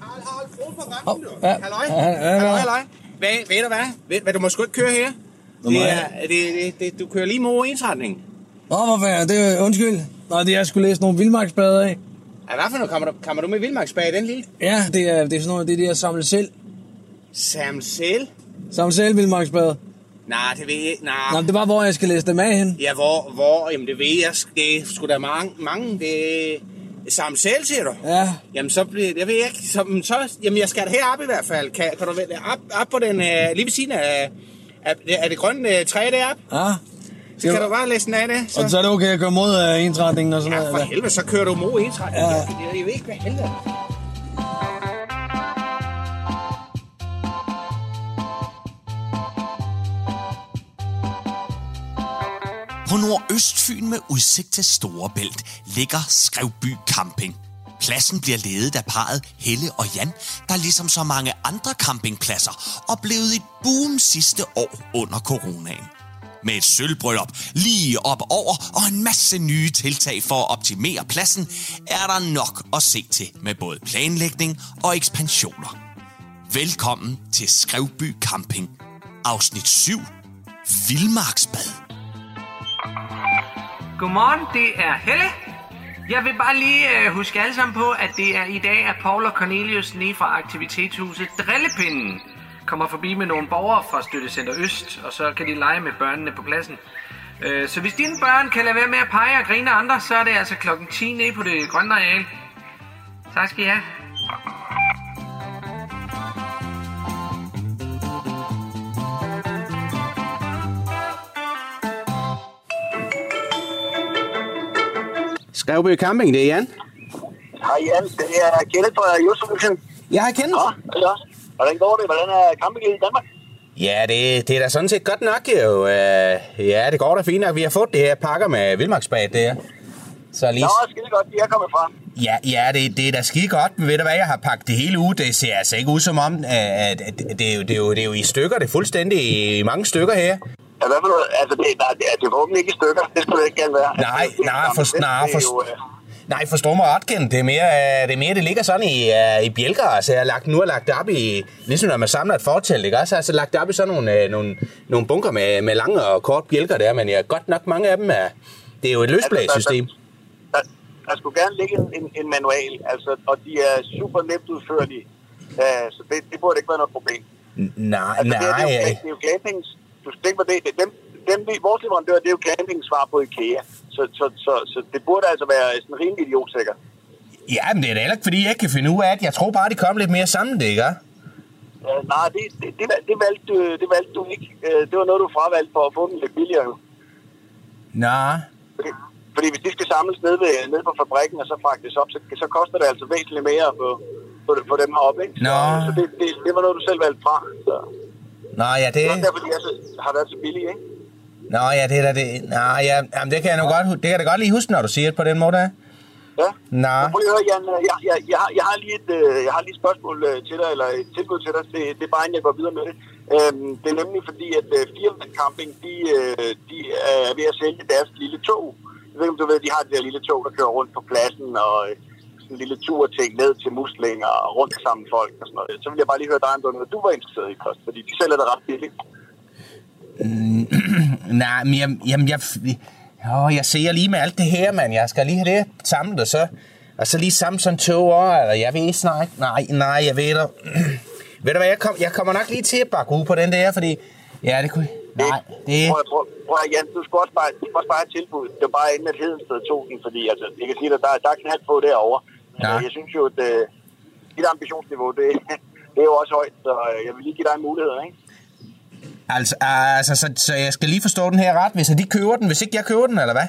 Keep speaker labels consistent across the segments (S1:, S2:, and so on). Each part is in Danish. S1: Harald Bro fra
S2: Hov,
S1: Rampen, du.
S2: ja.
S1: Halløj.
S2: Ja, ja, ja.
S1: Halløj, halløj. Hvad, ved du hvad? Ved, hvad, du må sgu ikke køre her.
S2: må
S1: Det
S2: jeg?
S1: er, det, det, det, du kører lige mod ensretning.
S2: Nå, hvorfor er det? Undskyld. Nå, det er, jeg skulle læse nogle vildmarksblade af.
S1: Ja, hvad for noget? Kommer du, kommer du med vildmarksbag i den lille?
S2: Ja, det er, det er sådan noget, det er det, jeg samler selv.
S1: Sam Sel?
S2: Samle selv vildmarksblade.
S1: Nej, det ved jeg ikke. Nej.
S2: Nå, men det er bare, hvor jeg skal læse dem af hen.
S1: Ja, hvor, hvor, jamen det ved jeg, sk- det er sgu da mange, mange, det er Sam Sel, siger du?
S2: Ja.
S1: Jamen så bliver, jeg ved ikke, så, så jamen jeg skal herop i hvert fald. Kan, kan du vælge op, op på den, øh, lige ved siden af, af, af det grønne øh, træ deroppe?
S2: Ja.
S1: Så kan du bare læse den af det.
S2: ah. Og så er det okay at køre mod øh, ensretningen og sådan
S1: Ja,
S2: noget.
S1: for
S2: eller?
S1: helvede, så kører du mod ens retning.
S2: Ja.
S1: Ja. Jeg ved ikke, hvad helvede.
S3: På Nordøstfyn med udsigt til Storebælt ligger Skrevby Camping. Pladsen bliver ledet af parret Helle og Jan, der ligesom så mange andre campingpladser oplevede et boom sidste år under coronaen. Med et sølvbryllup lige op over og en masse nye tiltag for at optimere pladsen, er der nok at se til med både planlægning og ekspansioner. Velkommen til Skrevby Camping, afsnit 7, Vildmarksbad.
S4: Godmorgen, det er Helle. Jeg vil bare lige øh, huske alle sammen på, at det er i dag, at Paul og Cornelius lige fra aktivitetshuset Drillepinden kommer forbi med nogle borgere fra Støttecenter Øst, og så kan de lege med børnene på pladsen. Øh, så hvis dine børn kan lade være med at pege og grine af andre, så er det altså klokken 10 nede på det grønne areal. Tak skal I have.
S1: Skrevby Camping, det er Jan.
S5: Hej Jan, det er Kjeld fra Jøsselsen.
S1: Jeg har kendt.
S5: Ja, hallo. Hvordan går det? Hvordan er kampingen i Danmark?
S1: Ja, det, det er da sådan set godt nok jo. Øh, Ja, det går da fint nok. Vi har fået det her pakker med vildmarksbag der. Så lige...
S5: Nå, skide godt, de er kommet frem.
S1: Ja, ja det, det er da skide godt. Men ved du hvad, jeg har pakket det hele ud. Det ser altså ikke ud som om, at, at det, er jo, det, er jo, det er jo i stykker. Det er fuldstændig i mange stykker her.
S5: Ja, hvad for noget? Altså, det, nej, det, er- det er forhåbentlig ikke i stykker. Det skal det ikke gerne være.
S1: Nej,
S5: Altså, det er
S1: nej, for, nej,
S5: sammen. Det- det
S1: for,
S5: er jo, øh,
S1: nej, forstå mig ret, Ken. Det er mere, øh, det, er mere, det ligger sådan i, øh, i bjælker. Altså, jeg har lagt, nu har jeg lagt det op i, ligesom når man samler et fortelt, ikke? Også, altså, lagt det op i sådan nogle, øh, nogle, nogle bunker med, med lange og korte bjælker der, men jeg, godt nok mange af dem er, det er jo et
S5: Altså,
S1: løsblagsystem.
S5: Der, der skulle gerne ligge en- en, en manual, altså, og de er super nemt udførlige. Uh, så det, det burde ikke være noget problem.
S1: Nej,
S5: Altså, det, her, det, er jo,
S1: nej.
S5: det er jo campings. Du skal tænke på det. det er dem, dem, vi, vores leverandør, det er jo campings svar på IKEA. Så, så, så, så, det burde altså være sådan rimelig idiotsikker.
S1: Ja, men det er da heller ikke, fordi jeg ikke kan finde ud af, at jeg tror bare, de kom lidt mere sammen, det ikke?
S5: Øh, nej, det, det, det, valg- det, valgte, du- det valgte du ikke. Øh, Det var noget, du fravalgte for at få den lidt billigere. jo.
S1: Nej.
S5: Fordi, fordi hvis de skal samles nede, ved, nede på fabrikken og så fragtes op, så, så koster det altså væsentligt mere at få, få, få dem heroppe. Ikke?
S1: Nå.
S5: Så, så det, det, det var noget, du selv valgte fra. Så.
S1: Nå, ja,
S5: Det
S1: det...
S5: er også derfor, de er så, har været så billige, ikke?
S1: Nå, ja, det er da det... Nå, ja, jamen, det kan jeg nu godt... hu- Det kan jeg da godt lige huske, når du siger det på den måde.
S5: Ja.
S1: Nå.
S5: Men Prøv lige at høre, Jan. øh, Jeg, jeg, jeg, har, jeg, har lige et, øh, jeg har lige et spørgsmål øh, til dig, eller et tilbud til dig. Det, det er bare, inden jeg går videre med det. Øhm, det er nemlig fordi, at øh, Firma Camping, de, øh, de er ved at sælge deres lille tog. Jeg ved ikke, om du ved, de har det der lille tog, der kører rundt på pladsen, og øh, sådan en lille tur-ting ned til muslinger og rundt sammen folk og sådan noget. Så vil jeg bare lige høre dig, om det var noget, du var interesseret i først, fordi de sælger det ret billigt.
S1: Mm. Nej, men jamen, jamen jeg... Åh, jeg ser lige med alt det her, mand. Jeg skal lige have det samlet, og så... Og så lige sammen som to år, eller jeg ved snart ikke. Nej, nej, jeg ved det. ved du hvad, jeg, kom, jeg kommer nok lige til at bakke ud på den der, fordi... Ja, det kunne... Nej, det...
S5: Prøv, at- prøv, prøv at- Jan, du skal også bare, du skal også bare have et tilbud. Det var bare inden, at Hedensted tog den, fordi altså, jeg kan sige dig, der, der er knald på derovre. Men
S1: Ja.
S5: ja. jeg synes jo, at øh, dit ambitionsniveau, det, det er jo også højt, så øh, jeg vil lige give dig en mulighed, ikke?
S1: Altså, altså så, så jeg skal lige forstå den her ret, hvis de køber den, hvis ikke jeg køber den, eller hvad?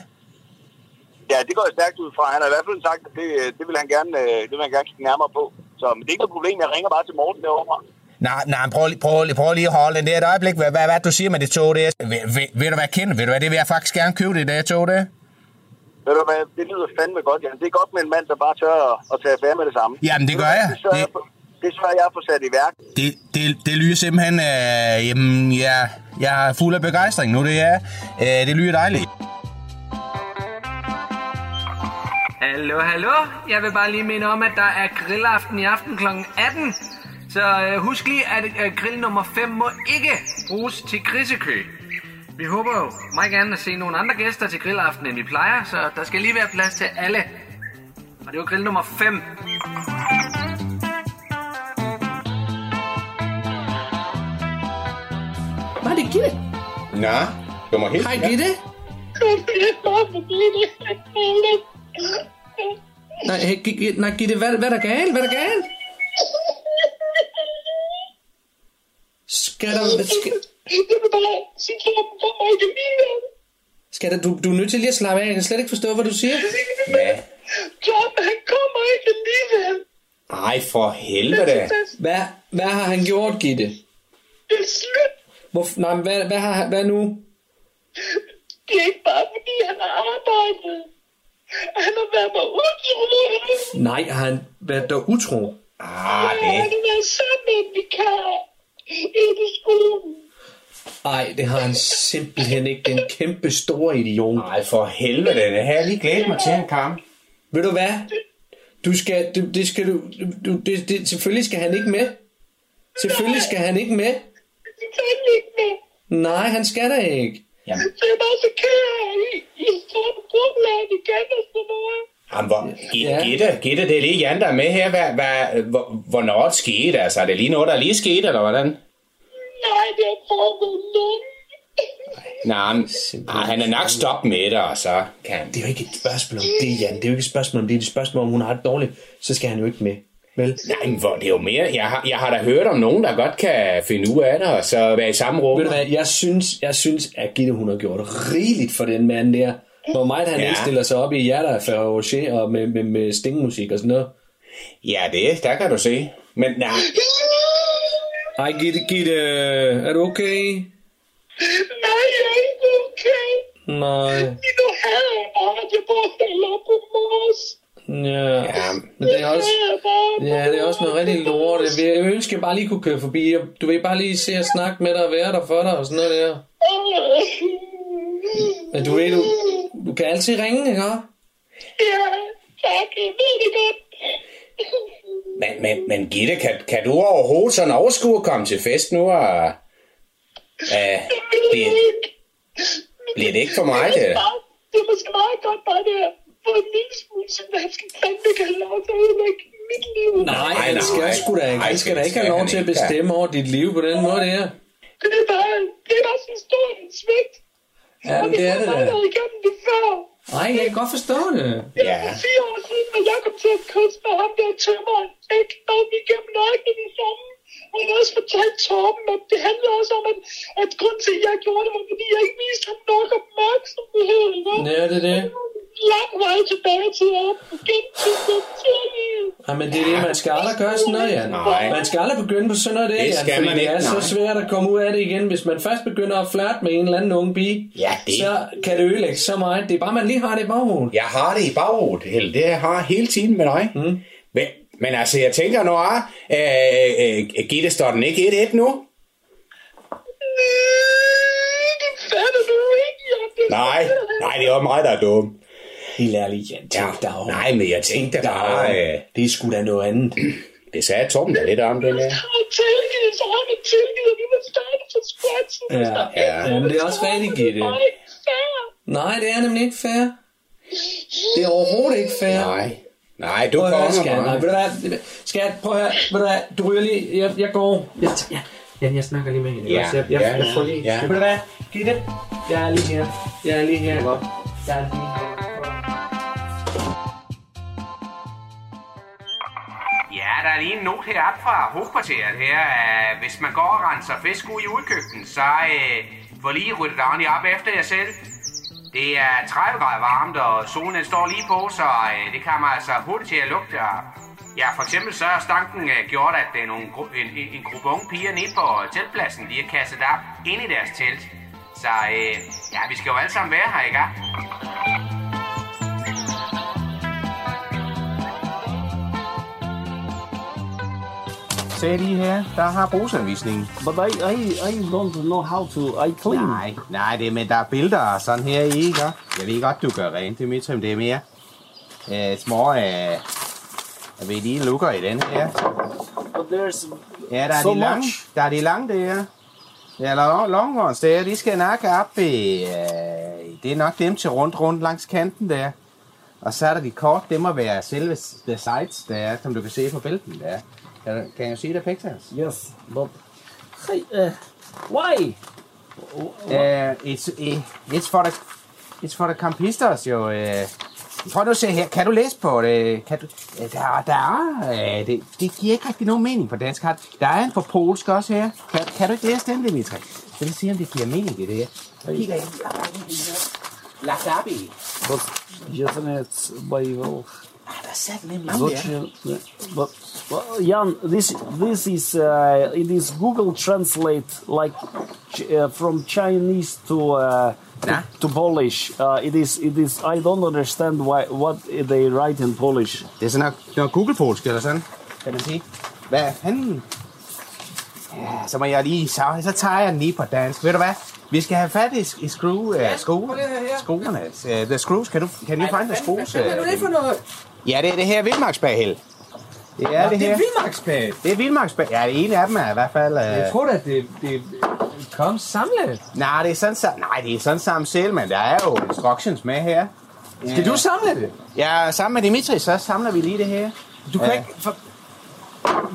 S5: Ja, det går jeg stærkt ud fra. Han har i hvert fald sagt, at det, øh, det vil han gerne, øh, det vil han gerne kigge nærmere på. Så men det er ikke noget problem, jeg ringer bare til Morten derovre.
S1: Nej, nej, prøv, lige- prøv, lige- prøv lige at holde den der et øjeblik. Hvad, hvad, hvad du siger med det tog der? Ved, ved, ved du hvad, Ken? Ved du hvad, det vil jeg faktisk gerne købe det der tog der?
S5: Ved du hvad, det lyder fandme godt, Jan. Det er godt med en mand, der bare tør at, at tage affære med det samme.
S1: Jamen, det gør jeg.
S5: Det sørger, jeg
S1: Det-
S5: for- det sørger jeg for sat i værk.
S1: Det, det, det lyder simpelthen... Øh, jamen, jeg, jeg er fuld af begejstring nu, det er. Øh, det lyder dejligt.
S2: Hallo, hallo. Jeg vil bare lige minde om, at der er grillaften i aften kl. 18. Så øh, husk lige, at øh, grill nummer 5 må ikke bruges til grisekø. Vi håber jo meget gerne at se nogle andre gæster til grillaften, end vi plejer, så der skal lige være plads til alle. Og det var grill nummer 5.
S6: Var det Gitte?
S1: Nå, du må helt...
S6: Hej Gitte. Nej, hey, Gi- Gi- nej Gitte, hvad, hvad er der galt? Hvad er der galt? Skal der... hvad Skal, skal der, du, du er nødt til lige at slappe af. Jeg kan slet ikke forstå, hvad du siger.
S1: Hvad? Ej, for helvede.
S6: Hvad, hvad har han gjort, Gitte? Hvor, nej, men hvad, hvad, har, hvad nu? Nej, har han været der utro?
S1: Ah, det.
S6: Nej, det har han simpelthen ikke. Den kæmpe store idiot.
S1: Ej, for helvede. Det havde jeg lige glædet mig til en kamp.
S6: Ved du hvad? Du skal, du, det skal du, du det, det, selvfølgelig skal han ikke med. Selvfølgelig skal han ikke med. Nej, han skal da ikke.
S1: Jamen, jamen hvor,
S6: Ja.
S1: Gitte, Gitte, det er lige Jan, der er med her. Hvad, hvad, hvor- hvornår det skete? Altså, er det lige noget, der lige skete, eller hvordan? Nej, men, ah, han er nok stoppet med det, og så kan han.
S6: Det er jo ikke et spørgsmål om det, Jan. Det er jo ikke et spørgsmål om det. Det er et spørgsmål om, hun har det dårligt. Så skal han jo ikke med. Vel?
S1: Nej, men hvor, det er jo mere... Jeg har, jeg har da hørt om nogen, der godt kan finde ud af det, og så være i samme rum.
S6: Ved du hvad, jeg synes, jeg synes at Gitte, hun har gjort rigeligt for den mand der. Hvor meget han
S1: Ja.
S6: ja. ikke stiller sig op i jer, der er Fabergé og med, med, med stingmusik og sådan noget.
S1: Ja, det, der kan du se. Men nej,
S6: Ej, Gitte, Gitte, er du okay? Nej. Ja.
S1: ja,
S6: Men det er også, ja, det er også noget rigtig lort. Jeg vil- Jeg ønsker, jeg bare lige kunne køre forbi. og Du vil bare lige se og snakke med dig og være der for dig og sådan noget der. Men du ved, du, du kan altid ringe, ikke?
S1: men, men, men Gitte, kan, kan du overhovedet sådan overskue at komme til fest nu? Og, uh, bliver, bliver det ikke for mig, det?
S7: Det er måske meget godt bare det her. For en lille smule, så han skal fandme ikke have lov til at ødelægge mit liv.
S1: Nej,
S6: Nej, han
S1: nej.
S6: skal sgu da ikke.
S1: Nej,
S6: Han skal da
S1: det
S6: ikke have
S1: skal
S6: lov
S1: han
S6: til at
S1: ikke, ja.
S6: bestemme over dit liv på den måde der.
S7: Det er bare, det er bare sådan stor en svigt.
S6: Ja, men det er det
S7: Jeg har
S6: da.
S7: været igennem det før.
S6: Nej, jeg kan godt forstå det.
S1: Ja,
S7: For fire år siden, hvor jeg kom til at kysse med ham der tømmeren. Ikke? Og vi gennem nøglen i sammen. Og jeg har også fortalt Torben, at det handler også om, at, at grunden til, at jeg gjorde det, var fordi jeg ikke viste ham nok opmærksomhed. Ikke?
S6: Ja, det er det.
S7: Lang vej tilbage til at gentage det til.
S6: Ja, men det er det, man skal aldrig gøre sådan noget, Jan.
S1: Nej.
S6: Man skal aldrig begynde på sådan noget der,
S1: Det
S6: Jan,
S1: skal
S6: fordi
S1: man ikke,
S6: det er
S1: nej.
S6: så svært at komme ud af det igen. Hvis man først begynder at flirte med en eller anden unge pige,
S1: Ja, det-
S6: så kan det ødelægge så meget. Det er bare, man lige har det i baghovedet.
S1: jeg har det i baghovedet, Helle. Det har jeg hele tiden med dig. Mm. Men, men altså, jeg tænker, når er, øh, øh, Gitte står den ikke 1-1 nu?
S7: Det fatter du ikke, Jacob.
S1: Nej, nej, det er jo mig, der er dum.
S6: Helt ærligt, Jan, tænk
S1: Ja,
S6: dig over.
S1: nej, men jeg tænkte
S6: Tænk dig
S1: bare,
S6: over.
S1: øh,
S6: Det er sgu da noget andet.
S1: det sagde Torben da lidt om, det der.
S7: Jeg har tilgivet, så har man tilgivet, og vi må starte fra scratch.
S6: Ja,
S1: ja.
S6: ja. men det er også vanligt, Gitte.
S7: Nej, fair.
S6: Nej, det er nemlig ikke fair. Det er overhovedet ikke fair.
S1: Nej, nej, du
S6: Prøv at høre,
S1: kommer
S6: skat. Nej, ved
S1: mig.
S6: du hvad? Skat, prøv at høre. Ved du hvad? Du ryger lige. Jeg, jeg går. Jeg, ja. Ja, jeg snakker lige med hende.
S1: Ja,
S6: også. jeg, jeg,
S1: ja,
S6: jeg, får lige.
S1: ja.
S6: Ved du hvad? Giv det. Jeg er lige her. Jeg er lige her. Jeg er lige her.
S2: Ja, der er lige en not heroppe fra hovedkvarteret her. Øh, Hvis man går og renser fisk ud i udkøkkenet, så øh, får lige ryddet ordentligt op efter jer selv. Det er 30 grader varmt, og solen den står lige på, så øh, det kommer altså hurtigt til at lugte. Og, ja, for eksempel så er stanken øh, gjort, at øh, nogle gru- en, en, en gruppe unge piger nede på teltpladsen, de har kastet op ind i deres telt. Så øh, ja, vi skal jo alle sammen være her, ikke?
S1: Se lige her, der har brugsanvisningen.
S8: But I, I, I don't know how to. I clean.
S1: Nej, nej, det er, men der er billeder og sådan her i, ikke? Jeg ved godt, du gør rent, det er mit, det er mere. Uh, it's more, uh, at vi lige lukker i den her.
S9: But there's
S1: Ja, der er,
S9: So
S1: de lange,
S9: much.
S1: der er de lange der. Ja, eller long- longhorns der, de skal nok op i, øh, det er nok dem til rundt rundt langs kanten der. Og så er der de kort, det må være selve s- the sides der, som du kan se på bælten der. Kan, du- kan jeg sige det, Pixels?
S9: yes, but hey, uh, why?
S1: Uh, it's, eh, it's, for the, it's for the campisters jo. Uh, prøv nu at se her, kan du læse på det? Kan du, øh, der, der er, øh, det, det giver ikke rigtig nogen mening på dansk. Har- Der er en på polsk også her. Kan, kan du ikke læse den, Dimitri? Så vil sige, om det giver mening i det her. Kigger ind. Lagt op i.
S9: But Japanese Bible.
S1: Ah, der sat den en
S9: But, uh, but well, Jan, this this is uh, it is Google Translate like ch- uh, from Chinese to uh,
S1: Nah.
S9: to, to Polish. Uh, it is it is I don't understand why what they write in Polish.
S1: Det er sådan nok, nok Google-polsk eller sådan, kan man sige. Hvad fanden? Ja, så må jeg lige, så, så tager jeg den lige på dansk. Ved du hvad? Vi skal have fat i, øh, i screw, ja, skolen, skolerne. Uh, the screws, kan du, kan du find the screws? Hvad er det for noget? Ja, det er det her vildmarksbagel. Det er det
S6: Det
S1: her.
S6: er vildmarksbag.
S1: Det er vildmarksbag. Ja, det ene af dem er i hvert fald...
S6: Jeg
S1: Øh,
S6: tror da, det, det, det kom samlet.
S1: nej, det er sådan, sam- nej, det er sådan samme selv, men der er jo instructions med her.
S6: Skal du samle det?
S1: Ja, sammen med Dimitri, så samler vi lige det her.
S6: Du kan
S1: Ja.
S6: ikke... For...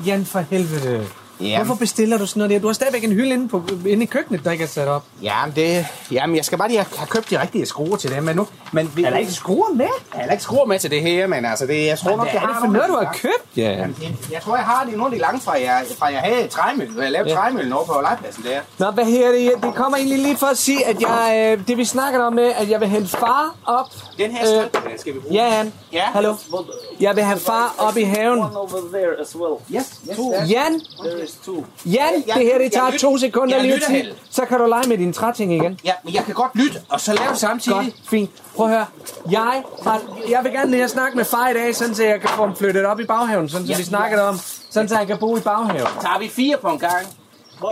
S6: Jan, for helvede.
S1: Jamen.
S6: Hvorfor bestiller du sådan noget der? Du har stadigvæk en hylde inde, på, inde i køkkenet, der ikke er sat op.
S1: Jamen, det, jamen, jeg skal bare lige have, have købt de rigtige skruer til det, men nu... Men vi,
S6: Er der ikke skruer med?
S1: jeg har heller ikke skruer med til det her, men altså, det, jeg tror nok,
S6: Hvad
S1: jeg
S6: er
S1: har
S6: det for
S1: nogle-
S6: noget, du har købt? Ja.
S1: Jamen, det, jeg tror, jeg har lige nogle af de lange fra, jeg, fra jeg havde træmøl. Jeg lavede ja. træmøllen over på legepladsen der. Øh,
S6: Nå, hvad her det? Det kommer egentlig lige for at sige, at jeg, øh, det vi snakker om med, at jeg vil hente far op.
S1: Den her øh, skal vi bruge.
S6: Ja, Jan.
S1: Ja.
S6: Hallo.
S9: But
S6: Jeg vil have far op i haven.
S9: one over there as well.
S1: Yes, yes,
S9: Two.
S1: yes.
S6: Jan,
S9: There is two.
S6: Jan,
S1: Jeg-
S6: det her det
S1: jeg
S6: tager
S1: lyt-
S6: to sekunder
S1: jeg
S6: lige
S1: lytter,
S6: til.
S1: Helle.
S6: Så kan du lege med dine træting igen.
S1: Ja, men jeg kan godt lytte, og så lave samtidig.
S6: Godt, fint. Prøv at høre. Jeg, har, jeg vil gerne lige snakke med far i dag, sådan så jeg kan få ham flyttet op i baghaven, sådan som
S1: Ja.
S6: vi snakkede om. Sådan så han kan bo i baghaven.
S1: Tager vi fire på en gang?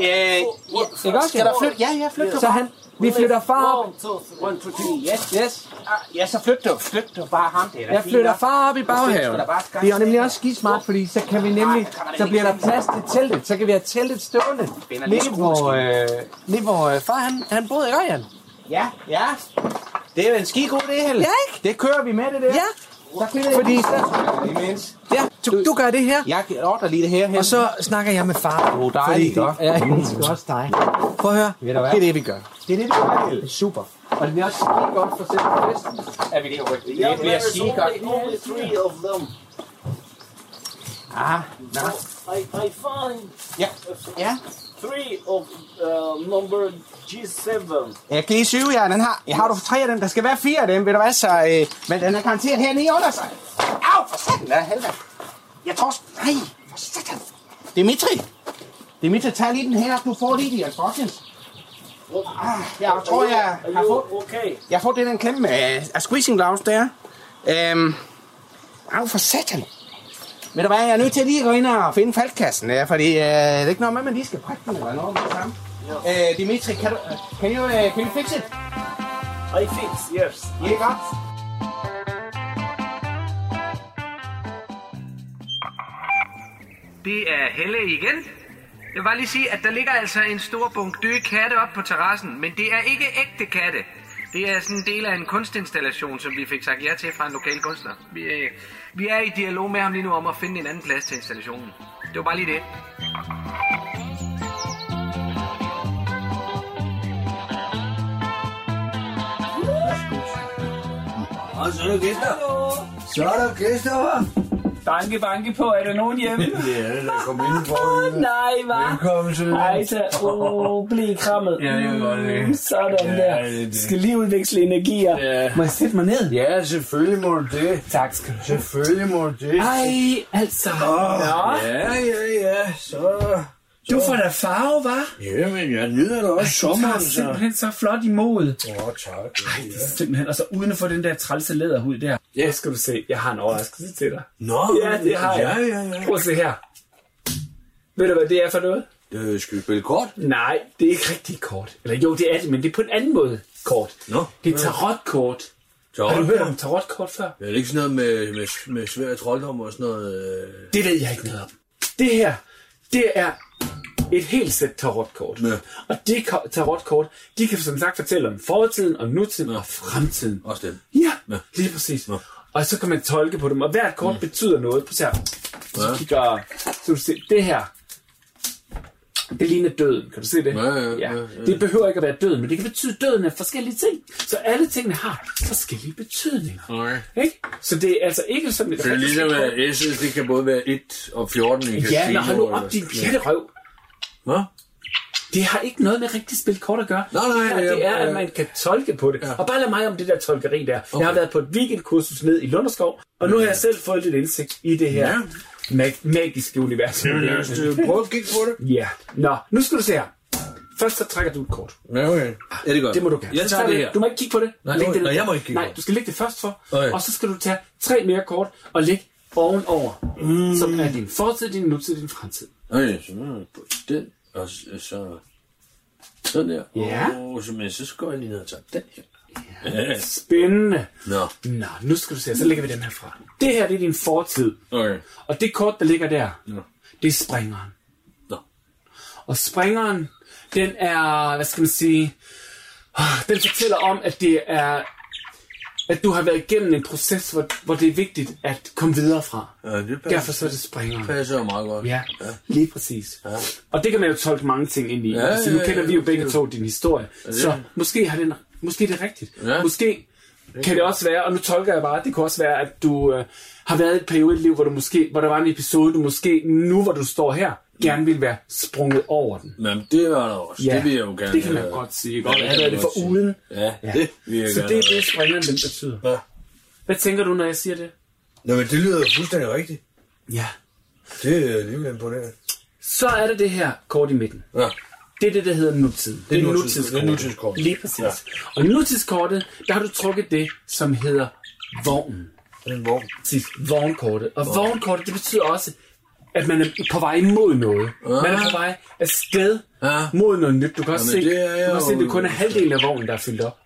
S1: Øh, ja.
S6: Ikke også,
S1: Skal
S6: Jan?
S1: der flytte? Ja, ja, flyt du
S6: Så han, vi flytter far op.
S9: One, two, three. One, two, three.
S1: Yes,
S6: Yes,
S1: Ah, ja, så flyt du. Flyt du bare ham. Det er da
S6: jeg
S1: fint
S6: flytter
S1: nok.
S6: far op i baghaven. Det er nemlig også skismart, fordi så kan vi nemlig, så bliver der plads til teltet. Så kan vi have teltet stående. Lige hvor, øh, lige hvor øh, far han, han boede i Røgen.
S1: Ja, ja. Det er jo en skig god det, Helle.
S6: Ja, ikke?
S1: Det kører vi med, det der.
S6: Ja, fordi så,
S1: Imens.
S6: ja, du, du gør det her.
S1: Jeg ordner lige det her hen.
S6: Og så snakker jeg med far.
S1: Oh, dejligt,
S6: det,
S1: ikke?
S6: ja, jeg elsker også dig. Prøv at høre.
S1: Ved du hvad?
S6: Det er det, vi gør.
S1: Det er det, vi gør, Helle.
S6: Super.
S1: Og det er også skide godt for selv festen. Er vi det jo rigtigt? Det bliver
S9: There's
S1: skide
S9: only,
S1: godt.
S9: only three of them.
S1: Ah, nå.
S9: I, I find
S1: Ja. Ja.
S9: three of uh, number G7.
S1: Jeg kan lige syge jer. Den har, jeg har du tre af dem. Der skal være fire af dem, ved du hvad? Så, øh, men den er garanteret hernede under sig. Au, for satan. Ja, helvede. Jeg tror... sgu- Nej, for satan. Dimitri. Dimitri, tag lige den her. Du får lige de instructions. Ah, jeg tror, jeg
S9: Are
S1: har fået...
S9: you Oh, okay?
S1: Jeg får det den klemme af, af squeezing gloves der. Øhm, au for satan. Ved du hvad, jeg er nødt til lige at gå ind og finde faldkassen der, fordi øh, det er ikke noget med, at man lige skal brække den eller noget med det samme. Øh, Dimitri, kan du, kan you, uh, can you fix it?
S9: I fix, yes.
S1: Ja, godt.
S7: Det er Helle igen. Jeg vil bare lige sige, at der ligger altså en stor bunke døde katte op på terrassen, men det er ikke ægte katte. Det er sådan en del af en kunstinstallation, som vi fik sagt ja til fra en lokal kunstner. Vi, øh, vi er i dialog med ham lige nu om at finde en anden plads til installationen. Det var bare lige det.
S10: Så er der Christopher.
S2: Banke, banke på. Er der nogen hjemme?
S10: Ja, det er der kom ind for.
S2: Nej, hva?
S10: Velkommen til.
S2: Ej, så oh, bliv krammet.
S10: Ja, det er godt, det.
S2: Mm, Sådan
S10: Ja,
S2: der.
S10: det er det.
S2: Skal lige udveksle energier.
S10: Ja.
S2: Må jeg sætte mig ned?
S10: Ja, selvfølgelig må du det.
S2: Tak skal du have.
S10: Selvfølgelig må du det.
S2: Ej, altså. Nå,
S10: Ja, ja, ja. Så...
S2: du får da farve, hva'?
S10: Jamen, jeg nyder da også sommeren, så.
S2: Simpelthen så flot imod.
S10: Åh, oh, tak.
S2: Simpelthen, altså uden at få den der trælse læderhud der. Ja, skal du se. Jeg har en overraskelse til dig.
S10: Nå,
S2: Ja, det har jeg.
S10: Ja, ja, ja.
S2: Prøv at se her. Ved du, hvad det er for noget?
S10: Øh, skal vi spille kort?
S2: Nej, det er ikke rigtig kort. Eller jo, det er det, men det er på en anden måde kort.
S10: Nå.
S2: Det er tarotkort.
S10: Tarotkort?
S2: Har du hørt om tarotkort før?
S10: Er det ikke sådan noget med, med, med svær trolddom og sådan noget? Øh...
S2: Det ved jeg ikke noget om. Det her, det er et helt sæt tarotkort. Ja. Og de ko- tarotkort, de kan som sagt fortælle om fortiden, om nutiden ja. og fremtiden.
S10: Også dem.
S2: Ja, ja. lige præcis. Ja. Og så kan man tolke på dem, og hvert kort mm. betyder noget. På her. Så
S10: Ja.
S2: kigger, så du se, det her, det ligner døden. Kan du se det?
S10: Ja, ja, ja, ja.
S2: Det behøver ikke at være døden, men det kan betyde døden af forskellige ting. Så alle tingene har forskellige betydninger.
S10: Okay.
S2: Ikke? Så det er altså ikke sådan et
S10: Så Mm. det er
S2: rigtigt
S10: ligesom,
S2: kort.
S10: at S'et, det kan både være 1 og 14 i
S2: Ja,
S10: casino,
S2: men hold nu
S10: eller-
S2: op, din
S10: Ja.
S2: pjatterøv.
S10: altså. Hvad?
S2: Det har ikke noget med rigtigt spil kort at gøre.
S10: Nej, nej,
S2: det, her,
S10: ja,
S2: det er,
S10: ja.
S2: at man kan tolke på det. Ja. Og bare lad mig om det der tolkeri der. Okay. Jeg har været på et weekendkursus ned i Lunderskov, og nu har jeg selv fået lidt indsigt i det her ja.
S10: Ja.
S2: mag- magiske univers.
S10: Jamen, lad os øh, prøve at kigge på det.
S2: Ja. Nå, nu skal du se her. Først så trækker du et kort.
S10: Ja, okay. Ja, det er godt.
S2: Det må du gerne.
S10: Jeg
S2: Så
S10: tager
S2: tager
S10: det
S2: du-
S10: her.
S2: Du må ikke kigge på det.
S10: Nej,
S2: Læg
S10: det må-
S2: det ned.
S10: nej, jeg må ikke kigge på
S2: Nej,
S10: det.
S2: du skal lægge det først for,
S10: Okay.
S2: og så skal du tage tre mere kort og lægge ovenover, mm. som er din fortid, din nutid, din fremtid.
S10: Okay, så må jeg på den, og så- så... Sådan der.
S2: Ja.
S10: Og så, men så skal jeg lige ned og tage den her.
S2: Spændende.
S10: Nå,
S2: Nå, nu skal du se, så lægger vi den her fra. Det her, det er din fortid.
S10: okay.
S2: Og det kort, der ligger der, det er springeren.
S10: Nå.
S2: Og springeren, den er, hvad skal man sige, ah, den fortæller om, at det er, at du har været igennem en proces, hvor, hvor det er vigtigt at komme videre fra.
S10: Ja, det passer.
S2: Derfor så er det springeren.
S10: Det passer jo meget godt.
S2: Ja, lige præcis. Ja. Og det kan man jo tolke mange ting ind i. Ja,
S10: Ja,
S2: altså, nu
S10: ja,
S2: kender
S10: ja,
S2: vi jo
S10: ja.
S2: begge to din historie. Så måske, har den, måske er det rigtigt.
S10: Ja.
S2: Måske kan det også være, og nu tolker jeg bare, det kan også være, at du øh, har været i et periode i dit liv, hvor, du måske, hvor der var en episode, du måske nu, hvor du står her,
S10: Mm.
S2: gerne ville være sprunget over den.
S10: Men det er der også.
S2: Ja,
S10: Det vil jeg jo gerne
S2: det kan man
S10: have.
S2: godt sige.
S10: Ja,
S2: Godt,
S10: det
S2: ja,
S10: kan
S2: er
S10: man
S2: det
S10: godt
S2: for
S10: sige.
S2: uden.
S10: Ja, det vil jeg
S2: Så
S10: gerne
S2: det er
S10: have.
S2: det, springeren den betyder.
S10: Ja.
S2: Hvad tænker du, når jeg siger det?
S10: Nå, men det lyder jo fuldstændig rigtigt.
S2: Ja.
S10: Det er alligevel imponerende.
S2: Så er der det her kort i midten.
S10: Ja,
S2: Det er det, der hedder nutid. Det
S10: er nutids- det er nutidskortet.
S2: Lige præcis. Ja. Og nutidskortet, der har du trukket det, som hedder vognen.
S10: den vogn.
S2: Præcis, vognkortet. Og vognkortet, det betyder også, at man er på vej imod noget. Man er på vej afsted
S10: Ja.
S2: mod noget nyt. Du kan også
S10: Jamen,
S2: se,
S10: det er
S2: du kan også se, at det
S10: jo-
S2: kun er halvdelen af vognen, der er fyldt op.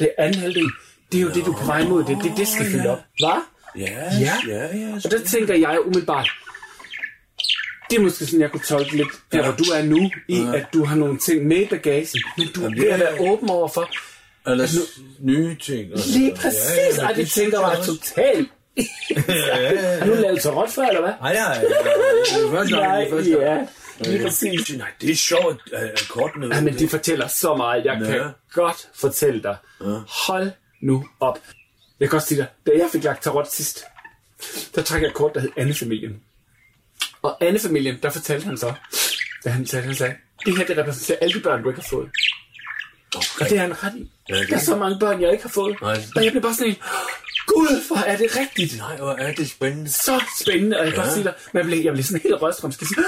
S2: Det er anden halvdel. Det er jo det, du er på vej imod. Det er det, det skal fylde op. Hvad?
S10: Ja,
S2: Ja.
S10: ja, ja. ja.
S2: Og der tænker jeg umiddelbart, det er måske sådan, jeg kunne tolke lidt der, ja. hvor du er nu, i ja. at du har nogle ting med i bagagen, men du er
S10: Jamen,
S2: ved at
S10: det er-
S2: være åben over for.
S10: Eller s- nye ting. og sådan
S2: Lige
S10: noget.
S2: præcis, ja, ja, og det tænker
S10: synes
S2: jeg
S10: jeg
S2: var
S10: også.
S2: totalt. Har du lavet tarot før, eller hvad?
S10: Nej, nej, nej. Det er første gang. det er første gang.
S2: ja, lige præcis.
S10: Nej, det er sjovt, at at kortene...
S2: Ja, men de fortæller så meget. Jeg kan
S10: Ja.
S2: godt fortælle dig. Hold nu op. Jeg kan også sige dig, da jeg fik lagt tarot sidst, der trækker jeg et kort, der hed Anne-familien. Og Anne-familien, der fortalte han så, da han sagde, han sagde, det her det repræsenterer alle de børn, du ikke har fået. Og det er han ret i.
S10: Ja, det er
S2: Der er så mange børn, jeg ikke har fået.
S10: Nej.
S2: Og jeg blev bare sådan en, gud, hvor er det rigtigt
S10: Nej, hvor er det spændende.
S2: så spændende, og jeg kan ja. godt sige dig, man blev, jeg blev sådan helt rødstrømsk. Jeg siger,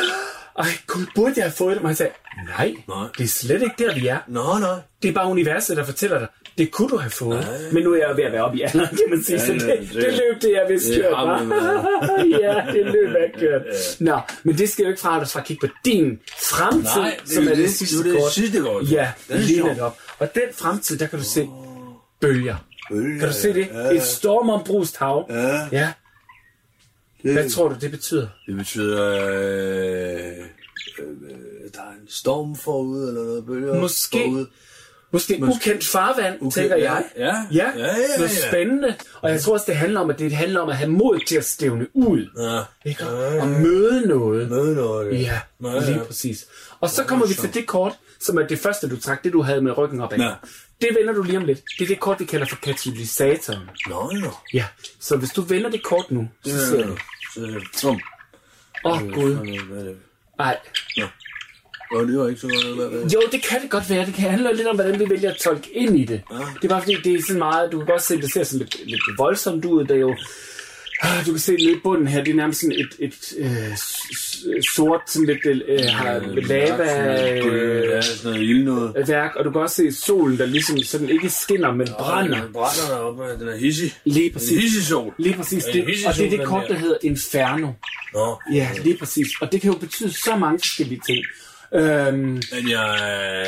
S2: Ej, gud, burde jeg have fået det? Men han sagde, nej,
S10: Nej.
S2: det er slet ikke der, vi er.
S10: Nå, nej.
S2: Det er bare universet, der fortæller dig, det kunne du have fået. Nej. Men nu er jeg ved at være oppe i alderen, kan man sige. Ja, så
S10: det-
S2: det, det,
S10: det-
S2: løb, det er vist
S10: det
S2: kørt,
S10: har man
S2: hva'? ja, det løb er kørt. Nå, men det skal jo ikke fra dig fra at kigge på din fremtid,
S10: Nej, det er
S2: som
S10: jo
S2: er det
S10: det-
S2: sidste
S10: det er jo det
S2: kort.
S10: sidste kort.
S2: Ja,
S10: Den er
S2: lige
S10: sjov.
S2: netop. Og den fremtid, der kan du se bølger.
S10: Bølger,
S2: Kan du se det?
S10: ja.
S2: Et stormombrust hav.
S10: Ja.
S2: ja. Hvad tror du, det betyder?
S10: Det betyder... Øh, øh, der er en storm forude, eller noget bølger
S2: Måske.
S10: forude.
S2: Måske ukendt farvand, okay. tænker
S10: ja,
S2: jeg.
S10: ja,
S2: ja,
S10: ja, ja,
S2: Noget
S10: ja.
S2: spændende. Og jeg tror også, det handler om, at det handler om at have mod til at stævne ud.
S10: Ja.
S2: Ikke? Og møde noget.
S10: Møde noget.
S2: Ja, lige præcis. Og så kommer vi til det kort, som er det første, du trak, det du havde med ryggen opad.
S10: Ja.
S2: Det vender du lige om lidt. Det er det kort, vi kalder for katalysatoren.
S10: Nå, nå.
S2: Ja, så hvis du vender det kort nu, så
S10: Så
S2: ser du.
S10: er det... Bum.
S2: Åh, oh, gud.
S10: Hvad er det?
S2: Ej.
S10: Og det var ikke så godt, eller hvad?
S2: Jo, det kan det godt være. Det kan handle lidt om, hvordan vi vælger at tolke ind i det. Det er bare fordi, det er sådan meget... Du kan godt se, det ser sådan lidt, lidt voldsomt ud. Det er jo... Ah, Du kan se nede i bunden her, det er nærmest sådan et, et øh, s- s- sort, sådan lidt øh, har
S10: Sådan noget-
S2: lava
S10: Ja, sådan noget ild noget.
S2: øh, værk, og du kan også se solen, der ligesom sådan ikke skinner, men brænder.
S10: Den brænder deroppe. Den er hissig.
S2: Lige
S10: En
S2: præcis.
S10: hissig sol.
S2: Lige præcis
S10: En
S2: det.
S10: hissig
S2: Og det er
S10: sol,
S2: det
S10: den
S2: kort,
S10: der.
S2: der hedder Inferno.
S10: Nå.
S2: Ja, lige præcis. Og det kan jo betyde så mange forskellige ting. Øhm,
S10: Men jeg...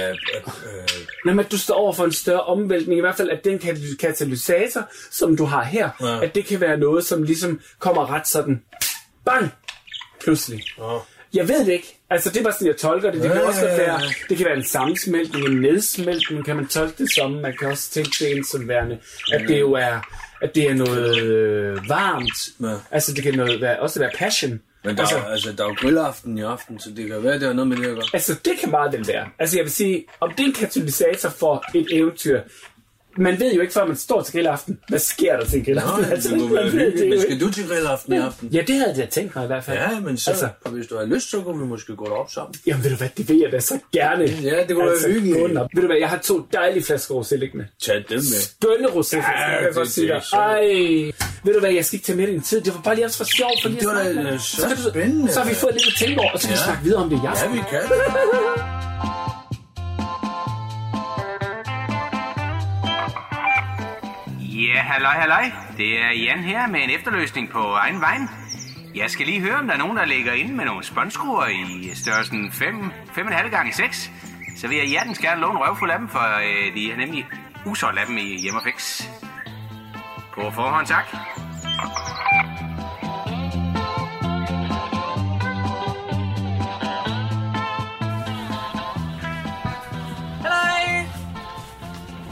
S10: Øh, øh,
S2: Når man, du står over for en større omvæltning, i hvert fald at den katal- katalysator, som du har her,
S10: Ja.
S2: ja. at det kan være noget, som ligesom kommer ret sådan, bang, pludselig.
S10: øh.
S2: Jeg ved det ikke. Altså, det er bare sådan, jeg tolker det. Det kan
S10: Ja,
S2: også godt
S10: ja, ja.
S2: være, det kan være en sammensmeltning, en nedsmeltning, kan man tolke det som. Man kan også tænke det ind som værende, at det jo er, at det er noget øh, varmt.
S10: Ja.
S2: Altså, det kan noget være, også være passion.
S10: Men der, altså,
S2: altså,
S10: er, jo- altså, der er jo grillaften i aften, så det kan være, det er noget med det at gøre.
S2: Altså, det kan meget vel være. Altså, jeg vil sige, om det er en katalysator for et eventyr, man ved jo ikke, før man står til grillaften, hvad sker der til grillaften?
S10: Nå,
S2: altså,
S10: det kunne
S2: man
S10: være
S2: ved
S10: hyggeligt. Men
S2: jo
S10: skal
S2: ikke.
S10: du til grillaften i aften?
S2: Ja, det havde jeg da tænkt mig i hvert fald.
S10: Ja, men så,
S2: Altså.
S10: altså. hvis du har lyst, så kunne vi måske gå derop sammen.
S2: Jamen, ved du hvad, det vil jeg da så gerne. Altså,
S10: Ja, det kunne være hyggeligt.
S2: gående op. Ved du hvad, jeg har to dejlige flasker rosé liggende.
S10: Tag dem med.
S2: Skønne rosé, ja, jeg
S10: det-
S2: godt sige
S10: det
S2: dig.
S10: er sjovt.
S2: Ej, ved du hvad, jeg skal ikke tage med din tid. Det var bare lige også for sjov. For lige at
S10: Det var da,
S2: snakke med
S10: øh,
S2: dig.
S10: så
S2: skal du-
S10: spændende.
S2: Så har vi fået lidt at tænke over, og så kan vi
S10: Ja.
S2: snakke videre om det i aften.
S10: Ja, vi kan.
S4: Ja, halløj, halløj. Det er Jan her med en efterløsning på egen vej. Jeg skal lige høre, om der er nogen, der ligger inde med nogle spåndskruer i størrelsen 5, 5,5 gange 6. Så vil jeg hjertens gerne låne en røvfuld af dem, for øh, de er nemlig usolgt af dem i Hjemmefix. På forhånd, tak.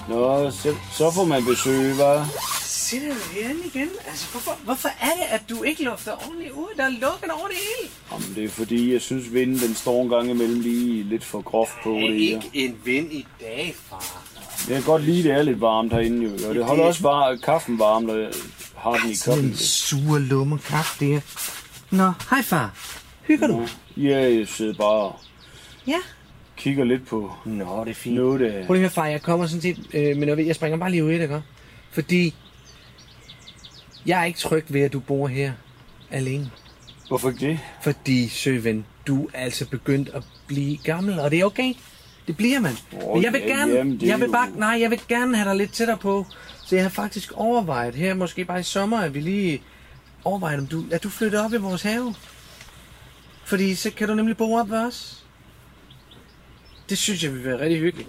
S9: Nå, så, så får man besøg, hva'?
S6: Sidder du herinde igen? Altså, hvorfor, hvorfor er det, at du ikke lufter ordentligt ud? Der er lukket over det hele.
S9: Jamen, det er fordi, jeg synes, vinden den står en gang imellem lige lidt for groft på det her.
S6: en vind i dag, far.
S9: Jeg kan godt lide, det er lidt varmt herinde, jo. Og det holder også var, kaffen varm, når jeg har den i koppen.
S6: Den sure lumme kaffe, det er. Nå, hej far. Hygger du?
S9: Ja, jeg sidder bare og
S6: Ja.
S9: kigger lidt på
S6: Nå, det er fint.
S9: noget af...
S6: Prøv lige at høre, far, jeg kommer sådan set øh, med noget ved. Jeg springer bare lige ud i det, gør? Fordi jeg er ikke tryg ved, at du bor her alene.
S9: Hvorfor ikke det?
S6: Fordi, søven, du er altså begyndt at blive gammel, og det er okay. Det bliver man.
S9: Åh,
S6: Men jeg vil
S9: ja,
S6: gerne,
S9: jamen, det er
S6: jeg vil
S9: jo-
S6: bare, nej, jeg vil gerne have dig lidt tættere på. Så jeg har faktisk overvejet her, måske bare i sommer, at vi lige overvejer, om du, at du flytter op i vores have. Fordi så kan du nemlig bo op ved os. Det synes jeg vil være rigtig hyggeligt.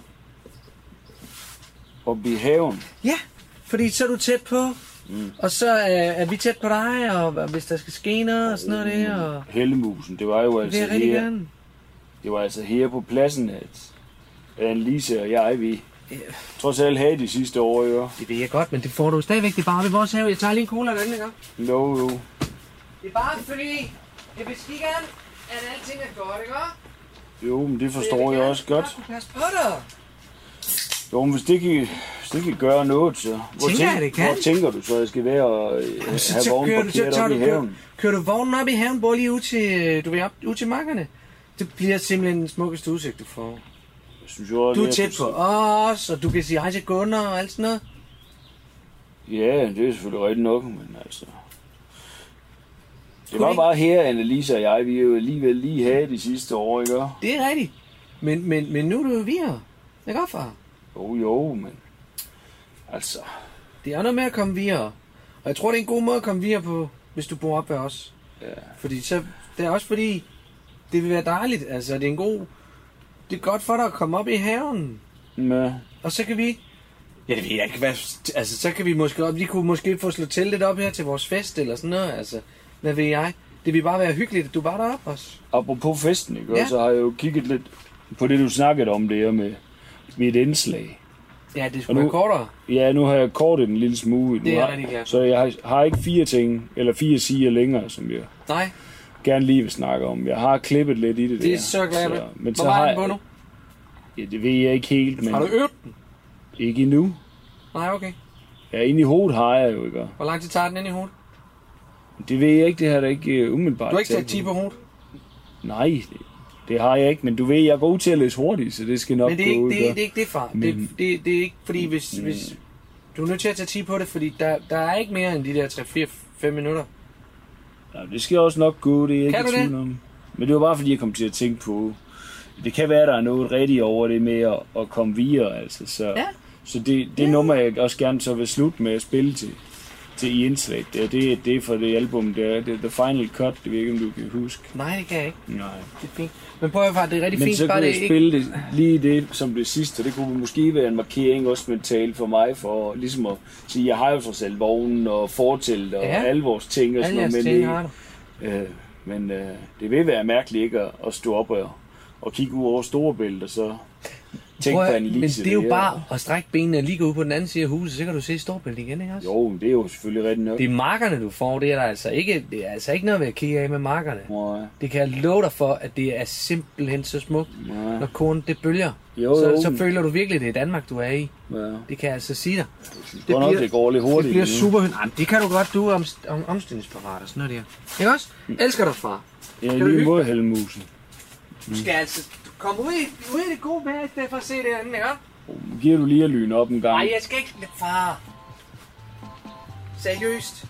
S9: At blive haven.
S6: Ja, fordi så er du tæt på, mm. og så er, er vi tæt på dig, og, og hvis der skal ske noget og sådan noget der,
S9: Mm.
S6: og
S9: Hellemusen, det var jo
S6: det vil
S9: altså
S6: jeg rigtig
S9: her,
S6: gerne.
S9: det var altså her på pladsen, at Annelise og jeg, vi trods alt havde de sidste år, jo.
S6: Det ved jeg godt, men det får du stadigvæk. Det er bare ved vores have. Jeg tager lige en cola derinde, ikke?
S9: Jo, jo.
S6: Det er bare fordi, jeg vil sige gerne, at alting er godt, ikke?
S9: Jo, men det forstår jeg også godt.
S6: Pas på dig.
S9: Jo, men hvis det kan, hvis det kan gøre noget, så... Hvor,
S6: Tænker jeg, det kan?
S9: hvor tænker du så, jeg skal være og øh,
S6: Så,
S9: have
S6: så, kører
S9: vognen
S6: du, så
S9: parkeret
S6: tager
S9: op
S6: du,
S9: i
S6: kører,
S9: haven?
S6: kører du vognen op i haven, både lige ud til, du ved, op, ud til markerne. Det bliver simpelthen den smukkeste udsigt, du får.
S9: Jeg synes jo,
S6: Du
S9: det
S6: er tæt på os, og du kan sige hej til kunder og alt sådan noget.
S9: Ja, det er selvfølgelig rigtigt nok, men altså... Det
S6: Kunne
S9: var
S6: vi-
S9: bare her, Annelise og jeg, vi jo alligevel lige havde de sidste år, ikke? Jo,
S6: Det er rigtigt. Men, men, men nu er du jo videre. Ikke godt, far?
S9: jo, men... Altså...
S6: Det er noget med at komme videre. Og jeg tror, det er en god måde at komme videre på, hvis du bor op ved os.
S9: Ja.
S6: Fordi så, det er også fordi, det vil være dejligt. Altså, det er en god... Det er godt for dig at komme op i haven.
S9: Men,
S6: Og så kan vi... Ja, det ved jeg ikke. Hvad, altså, så kan vi måske op... Vi kunne måske få slået teltet op her til vores fest eller sådan noget. Altså, hvad ved jeg? Det vil bare være hyggeligt, at du bare er deroppe også.
S9: apropos festen, ikke?
S6: Ja.
S9: Ja. Så har jeg jo kigget lidt på det, du snakkede om der med mit indslag.
S6: Ja, det
S9: Og
S6: skulle
S9: nu-
S6: være kortere.
S9: Ja, nu har jeg kortet en lille smule. Nu
S6: Det er jeg
S9: har,
S6: rigtig glad for.
S9: Så jeg har, har ikke fire ting, eller fire siger længere, som jeg
S6: Nej,
S9: gerne lige vil snakke om. Jeg har klippet lidt i det,
S6: det
S9: der.
S6: er så glad.
S9: Så, men så
S6: Hvor meget
S9: har
S6: er den på nu?
S9: Ja, det ved jeg ikke helt, men
S6: Har du øvet den?
S9: ikke endnu.
S6: Nej, okay.
S9: Ja, inde i hovedet har jeg jo ikke. og
S6: Hvor lang tid tager den ind i hovedet?
S9: Det ved jeg ikke, det har der ikke uh, umiddelbart.
S6: Du har ikke
S9: tal
S6: taget 10 på hovedet?
S9: Nej, det, det, har jeg ikke, men du ved, jeg er god til at læse hurtigt, så det skal nok
S6: Men det er ikke,
S9: gå
S6: det, er-
S9: ikke,
S6: det er ikke det, far.
S9: Men-
S6: Det, det, det er ikke, fordi hvis, hvis... Du er nødt til at tage 10 på det, fordi der, der er ikke mere end de der 3-4-5 minutter.
S9: ja, det skal også nok gå, det er jeg
S6: Kan
S9: ikke i
S6: du det?
S9: tvivl om. Men det var bare, fordi jeg kom til at tænke på, det kan være, der er noget rigtigt over det med at, at komme videre, altså. Så,
S6: Ja.
S9: så det, det nummer, jeg også gerne så vil slutte med at spille til, til i indslaget. Det er, det, det er fra det album, det er, det er The Final Cut, det ved jeg ikke, om du kan huske.
S6: Nej, det kan jeg ikke.
S9: Nej.
S6: Det er fint. Men prøv at høre, det er rigtig
S9: Men
S6: fint,
S9: så
S6: bare
S9: kunne
S6: det
S9: jeg
S6: ikke...
S9: spille det, lige det som det sidste, det kunne måske være en markering også mentalt for mig, for ligesom at sige, jeg har jo trods alt vognen og fortelt og
S6: Ja.
S9: ja. alle vores ting og sådan
S6: Alle
S9: noget.
S6: jeres
S9: Men,
S6: ting
S9: det-
S6: har du.
S9: øh, men øh, det vil være mærkeligt ikke at, at stå op og, og kigge ud over storebælt og så tænke
S6: Prøv
S9: på
S6: at-
S9: Annelise.
S6: Men det er jo
S9: der.
S6: bare at strække benene lige gå ud på den anden side af huset, så kan du se Storbælt igen, ikke også?
S9: Jo, men det er jo selvfølgelig rigtigt nok.
S6: Det er markerne, du får. Det er der altså ikke, det er altså ikke noget ved at kigge af med markerne.
S9: Nej.
S6: Det kan jeg love dig for, at det er simpelthen så smukt,
S9: Nej.
S6: når korn det bølger.
S9: Jo,
S6: så,
S9: jo,
S6: så
S9: men-
S6: føler du virkelig, det er Danmark, du er i.
S9: Ja.
S6: Det kan jeg altså sige dig. Det,
S9: godt nok, det går lidt hurtigt
S6: Det bliver
S9: lige nu.
S6: super... Nej, men det kan du godt, du er om, om, omstillingsparat og sådan noget der. Ikke også? Elsker dig, far.
S9: Ja,
S6: Kan du hygge
S9: lige mod Helmusen.
S6: Du skal altså komme ud i, ud i det gode vejr, i stedet for at se det andet, ikke?
S9: Giver du lige at lyne op en gang?
S6: Nej, jeg skal ikke... Far. Seriøst.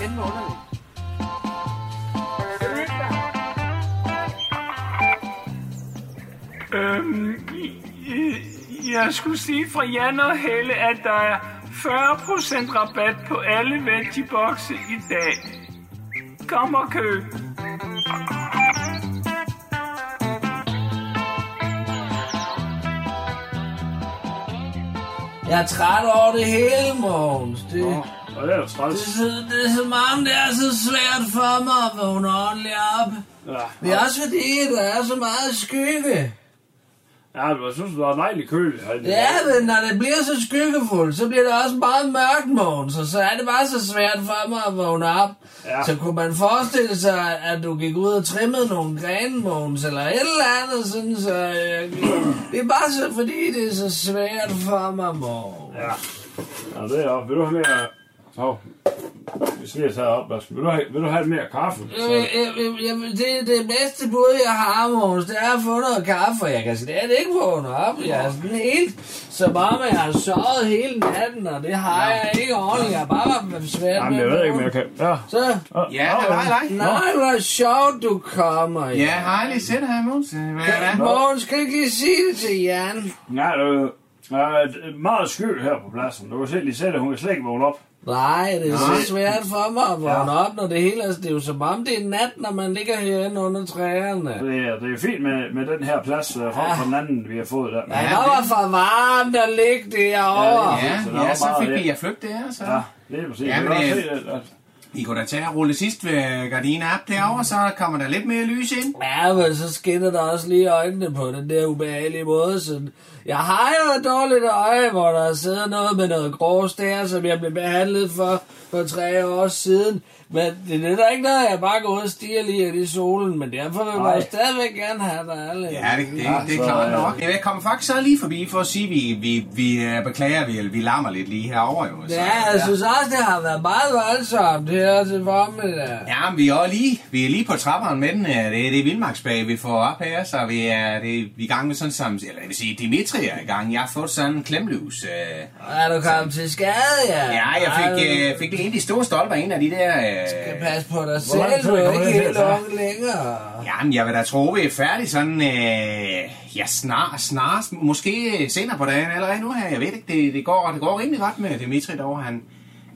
S6: Fanden var underligt.
S2: Øhm, jeg skulle sige fra Jan og Helle, at der er 40% rabat på alle veggiebokse i dag. Kom og køb.
S6: Jeg er træt over det hele, Mogens. Det,
S9: Nå, det er jo
S6: det, er så, det er så mange, det er så svært for mig at vågne ordentligt op.
S9: Ja.
S6: Det er også fordi, der er så meget skygge.
S9: Ja, men jeg synes, det var dejligt køligt.
S6: Ja, men når det bliver så skyggefuldt, så bliver det også meget mørkt, Mogens. Og så er det bare så svært for mig at vågne op.
S9: Ja.
S6: Så kunne man forestille sig, at du gik ud og trimmede nogle grene, Mogens, eller et eller andet, sådan, så jeg... Det er bare så, fordi det er så svært for mig, Mogens.
S9: Ja. Ja, det er op. Vil du have mere... Hov. Hvis vi har taget opvasken. Vil du have, vil du have mere kaffe?
S1: Mm.
S6: Jeg vil- jeg vil- jeg vil- Det er det bedste bud, jeg har, Måns. Det er at få noget kaffe, og jeg kan slet ikke vågne op. Jeg er sådan helt som om, jeg har sovet hele natten, og det har jeg ikke ordentligt. Jeg har bare været svært
S9: Jamen,
S6: med
S9: jeg
S6: at
S9: ved ikke,
S6: vågne.
S9: men jeg kan... Ja.
S6: Så?
S9: Ja, nå, halløj, halløj.
S6: Nej, hvor sjovt, du kommer.
S9: Ja, hej,
S6: lige sæt her, Måns.
S9: er der?
S6: Måns, kan du ikke lige sige det til Jan?
S9: Nej, det er øh, meget skyld her på pladsen. Du kan se lige selv, at hun kan slet ikke vågne op.
S6: Nej, det er
S9: Nej.
S6: så svært for mig at vågne
S9: Ja.
S6: op, når det hele er... Det er jo som om, det er nat, når man ligger herinde under træerne.
S9: Det er, det er fint med, med den her plads øh, frem for den anden, vi har fået der.
S6: Ja, der var for varmt at ligge derovre.
S9: Ja, det er Ja, så fik vi-
S1: Jeg flygte her, så...
S9: Ja, det er præcis.
S1: Ja,
S9: Ja,
S1: men,
S9: men,
S1: øh,
S9: se, at,
S1: I kunne da tage og rulle sidst ved gardiner op derovre, så kommer der lidt mere lys ind.
S6: Ja, men så skinner der også lige øjnene på den der ubehagelige måde. Sådan. Jeg har jo et dårligt øje, hvor der sidder noget med noget grås der, som jeg blev behandlet for for tre år siden. Men det nytter ikke noget, at jeg bare går ud og stiger lige ind i solen, men derfor vil
S1: Nej.
S6: jeg stadigvæk gerne have dig alle.
S1: Ja, det, det, det er klart nok. Jeg kommer faktisk så lige forbi for at sige, vi, vi, vi øh, beklager, vi, vi larmer lidt lige herovre. Jo, så.
S6: Ja, altså. jeg synes også, det har været meget voldsomt her til formiddag.
S1: Ja, men vi er, også lige, vi er lige på trapperen med den. øh, Det, det er Vildmarksbag, vi får op her, så vi er, det, vi er i gang med sådan sammen. Eller jeg vil sige, Dimitri er i gang. Jeg har fået sådan en klemløs. Øh,
S6: Er du kommet til skade, ja?
S1: Ja, jeg fik,
S6: Ej,
S1: øh, fik en af de store stolper, en af de der... Øh,
S6: Pas på
S1: Hvor
S6: dig
S1: langt
S6: selv,
S1: tid
S6: du er
S1: kommer
S6: ikke
S1: det til
S6: helt
S1: at tage?
S6: ung længere.
S1: jamen, jeg vil da tro, vi er færdige sådan... Øh, ja, snart, snart, måske senere på dagen allerede nu her. Jeg ved ikke, det, det, går, det går rimelig godt med Dimitri derovre. Han,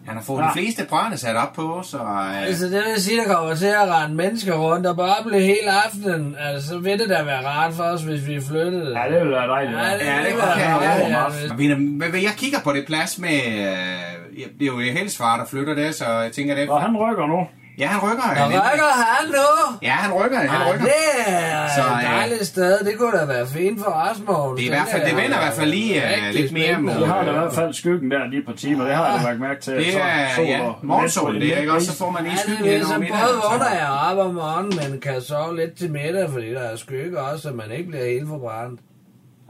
S1: han har fået
S6: Ja.
S1: ja. de fleste brødene sat op på, så... Øh,
S6: Altså, det vil sige, at der kommer til at rende mennesker rundt og boble hele aftenen. Altså, så vil det da være rart for os, hvis vi flyttede. Ja,
S9: det ville være dejligt.
S6: Ja, det,
S1: Ja, det
S6: ville
S1: kan
S6: være
S1: jeg
S6: rart,
S1: ja,
S6: ja, hvis-
S1: ja. Men, men jeg kigger på det plads med... Øh, det er jo helst far, der flytter det, så jeg tænker det... Og
S9: han rykker nu.
S1: Ja, han rykker.
S6: Nå, rykker han nu?
S1: Ja, han rykker. Han
S6: Ej,
S1: rykker.
S6: det er
S1: Så,
S6: så, et
S1: øh,
S6: dejligt sted. Det kunne da være fint for os, Morten.
S1: Det er i hvert fald- det vender i hvert fald lige, øh,
S6: Rigtig
S1: lidt mere
S6: spændende.
S1: mod-
S9: Jeg har da i hvert fald skyggen der lige på timer, det har jeg da lagt mærke til.
S1: Det
S9: Så-
S1: er-
S9: sol
S1: ja,
S9: og-
S1: morgensol,
S9: lidt-
S1: det er ikke også,
S9: lidt-
S1: så får man lige
S6: Ja,
S1: skyggen
S6: det er
S1: hen over
S6: så
S1: middagen,
S6: både
S1: så-
S6: vågner jeg op om morgenen, men kan sove lidt til middag, fordi der er skygge også, så man ikke bliver helt forbrændt.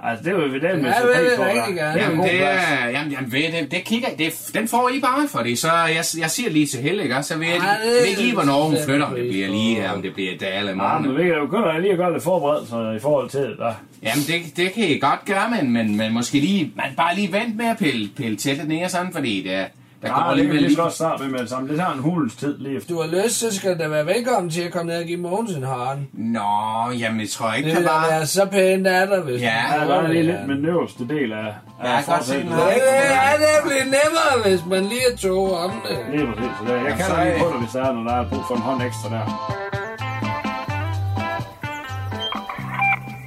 S9: Altså, det vil vi da
S6: Ja,
S9: med
S6: det vil vi rigtig gerne.
S1: Jamen, det er, jamen, jamen ved, det, det kigger, det, den får I bare for det, så jeg, jeg siger lige til Helle, ikke? også? Så vil jeg,
S9: Ej,
S1: jeg
S9: det er
S1: ved ikke lige, hvornår hun
S9: bestemt
S1: flytter, om det bliver lige, om det bliver i dag eller i
S9: Ja, men
S1: morgen.
S9: vi kan jo kun lige at gøre lidt forberedelser i forhold til det. Der.
S1: Jamen, det, det kan I godt gøre, men, men, men måske lige, man bare lige vent med at pille, pille teltet ned og sådan, fordi det,
S11: Der
S12: Nej,
S11: kommer
S12: det kan vi
S11: alligevel
S12: lige så
S11: lige...
S12: godt starte med med det samme. Det tager en hulens tid lige efter.
S10: Du har lyst, så skal du da være velkommen til at komme ned og give Mogens en hånd.
S11: Nå, jamen jeg tror ikke,
S10: Det vil
S11: det
S10: da
S11: bare...
S10: være så pænt af dig, hvis
S11: Ja,
S10: du-
S11: ja, der er lige
S12: Lidt med den øverste del af...
S11: Ja, jeg kan godt se den her.
S10: Det er nemlig nemmere, hvis man lige er to om det.
S12: Lige præcis. Så der. Jeg
S10: Jamen,
S12: kan
S10: så
S12: da
S10: er
S12: lige
S10: det-
S12: på dig, hvis der er noget, der er brug for en hånd ekstra der.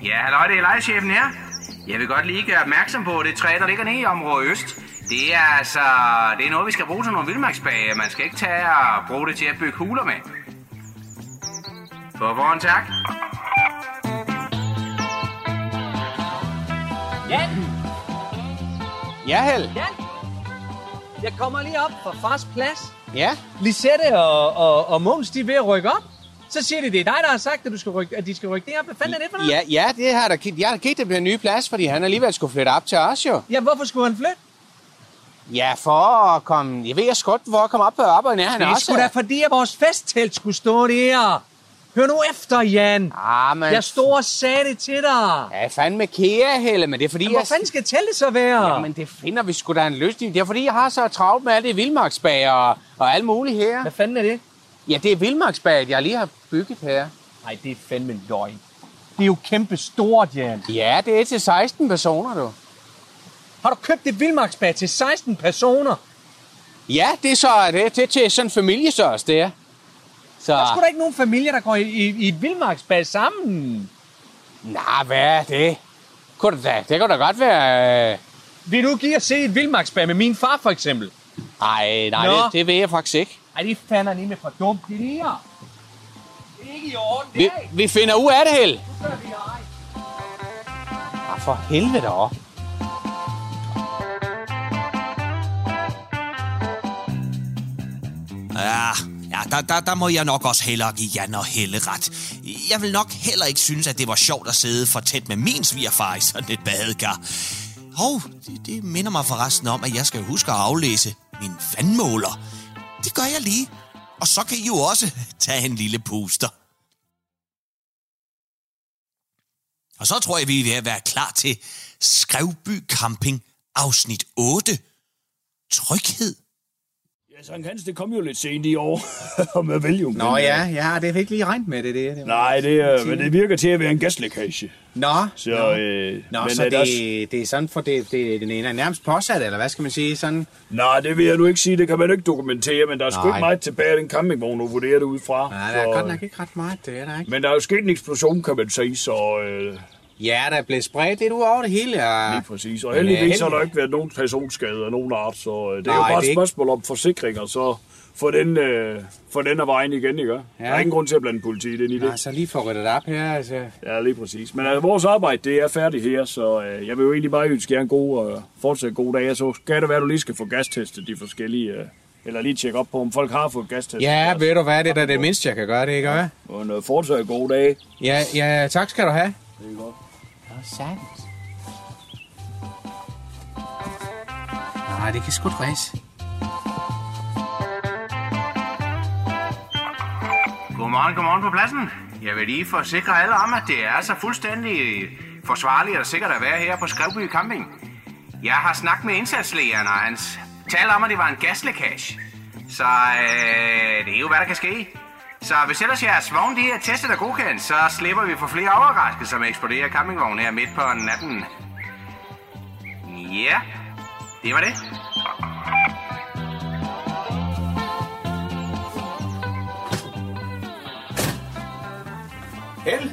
S7: Ja, hallo, det er lejechefen her. Jeg vil godt lige gøre opmærksom på det træ, der ligger nede i området Øst. Det er altså det er noget, vi skal bruge til nogle vildmarksbage. Man skal ikke tage og bruge det til at bygge huler med. På forhånd, tak.
S2: Jan!
S1: Ja, Hel.
S2: Jan! Jeg kommer lige op fra fars plads.
S1: Ja.
S2: Lisette og, og, og Måns, de er ved at rykke op. Så siger de, det er dig, der har sagt, at, du skal rykke, at de skal rykke det op. Hvad fanden er det for noget?
S1: Ja, ja det har der, gi- jeg har givet dem den nye plads, fordi han alligevel skulle flytte op til os jo.
S2: Ja, hvorfor skulle han flytte?
S1: Ja, for at komme... Jeg ved jeg godt, hvor at komme op og op og nær han
S2: det er
S1: også.
S2: sgu da fordi, at vores festtelt skulle stå der. Hør nu efter, Jan.
S1: Ah, men...
S2: Jeg stod og sagde det til dig.
S1: Ja, fandme kære, Helle, men det er fordi...
S2: Jamen, hvor
S1: jeg-
S2: fanden skal teltet så være?
S1: Jamen, det finder vi sgu da en løsning. Det er fordi, jeg har så travlt med alt det vildmarksbag og, og alt muligt her. Hvad
S2: fanden er det?
S1: Ja, det er vildmarksbag, jeg lige har bygget her.
S2: Nej, det er fandme løgn. Det er jo kæmpe stort, Jan.
S1: Ja, det er til 16 personer, du.
S2: Har du købt et vildmarksbad til 16 personer?
S1: Ja, det er så det, det er til sådan en familiesøs, det er. Så...
S2: Der er sgu da ikke nogen familie, der går i, i, i et vildmarksbad sammen.
S1: Nej, hvad er det? Kunne det, da, det kunne da godt være... Øh...
S2: Vil du give at se et vildmarksbad med min far, for eksempel?
S1: Ej, nej,
S2: Nå.
S1: det, det ved jeg faktisk ikke.
S2: Ej, det fanden lige med for dumt, det der. Det er ikke i orden,
S1: Vi, vi finder ud af det, Hel.
S2: gør vi ej.
S1: Ah, for helvede op.
S3: Ja, ja der, der, der må jeg nok også hellere give Jan og Helle ret. Jeg vil nok heller ikke synes, at det var sjovt at sidde for tæt med min svigerfar i sådan et badekar. Hov, det, det minder mig forresten om, at jeg skal huske at aflæse min vandmåler. Det gør jeg lige. Og så kan I jo også tage en lille puster. Og så tror jeg, vi er ved at være klar til Skrevby Camping afsnit 8. Tryghed.
S9: Ja, Sankt Hans, det kom jo lidt sent i år. med vælge
S11: Nå ja, ja, det er ikke lige regnet med det, det, det
S9: øh, Nej, det, er, men det virker til at være en gaslækage.
S1: Nå,
S9: Så,
S1: nå.
S9: øh,
S1: Nå,
S9: men
S1: så
S9: er
S1: det,
S9: der også-
S1: det, er sådan for det, det, det er nærmest påsat, eller hvad skal man sige? Sådan...
S9: Nej, det vil jeg nu ikke sige. Det kan man ikke dokumentere, men der er sgu
S1: Nej.
S9: ikke meget tilbage af den campingvogn, du vurderer det ud fra.
S1: Nej, der er godt nok ikke ret meget, det er der ikke.
S9: Men der er jo sket en eksplosion, kan man sige, så... Øh,
S1: Ja, der er blevet spredt lidt ud over det hele. Og...
S9: Lige præcis. Og
S1: Men, øh,
S9: heldigvis har
S1: heldigvis-
S9: der ikke været nogen personskade af nogen art, så øh, det er
S1: Nej,
S9: jo bare
S1: det er
S9: et
S1: ikke-
S9: spørgsmål om forsikringer, så få den, øh, få den af vejen igen, ikke? Ja. Der er ingen grund til at blande politiet ind i det.
S1: Nej, så lige for ryddet op her, altså.
S9: Ja, lige præcis. Men altså, vores arbejde, det er færdigt her, så øh, jeg vil jo egentlig bare ønske jer en god, øh, fortsat god dag. Og Så skal det være, at du lige skal få gastestet de forskellige, øh, eller lige tjekke op på, om folk har fået gastestet.
S1: Ja, ved du hvad, det er da det mindste, jeg kan gøre, det ikke? Ja.
S9: Og en øh, fortsat god dag.
S1: Ja, ja, tak skal du have.
S9: Det er godt.
S1: sandt. Nej, det kan sgu dræs.
S7: Godmorgen, godmorgen på pladsen. Jeg vil lige forsikre alle om, at det er så fuldstændig forsvarligt og sikkert at være her på Skrevby Camping. Jeg har snakket med indsatslægeren, og han s- talte om, at det var en gaslækage. Så øh, det er jo, hvad der kan ske. Så hvis ellers jeres vogn de er testet og godkendt, så slipper vi for flere overraskelser med at eksplodere campingvognen her midt på natten. Ja, det var det.
S1: Helle?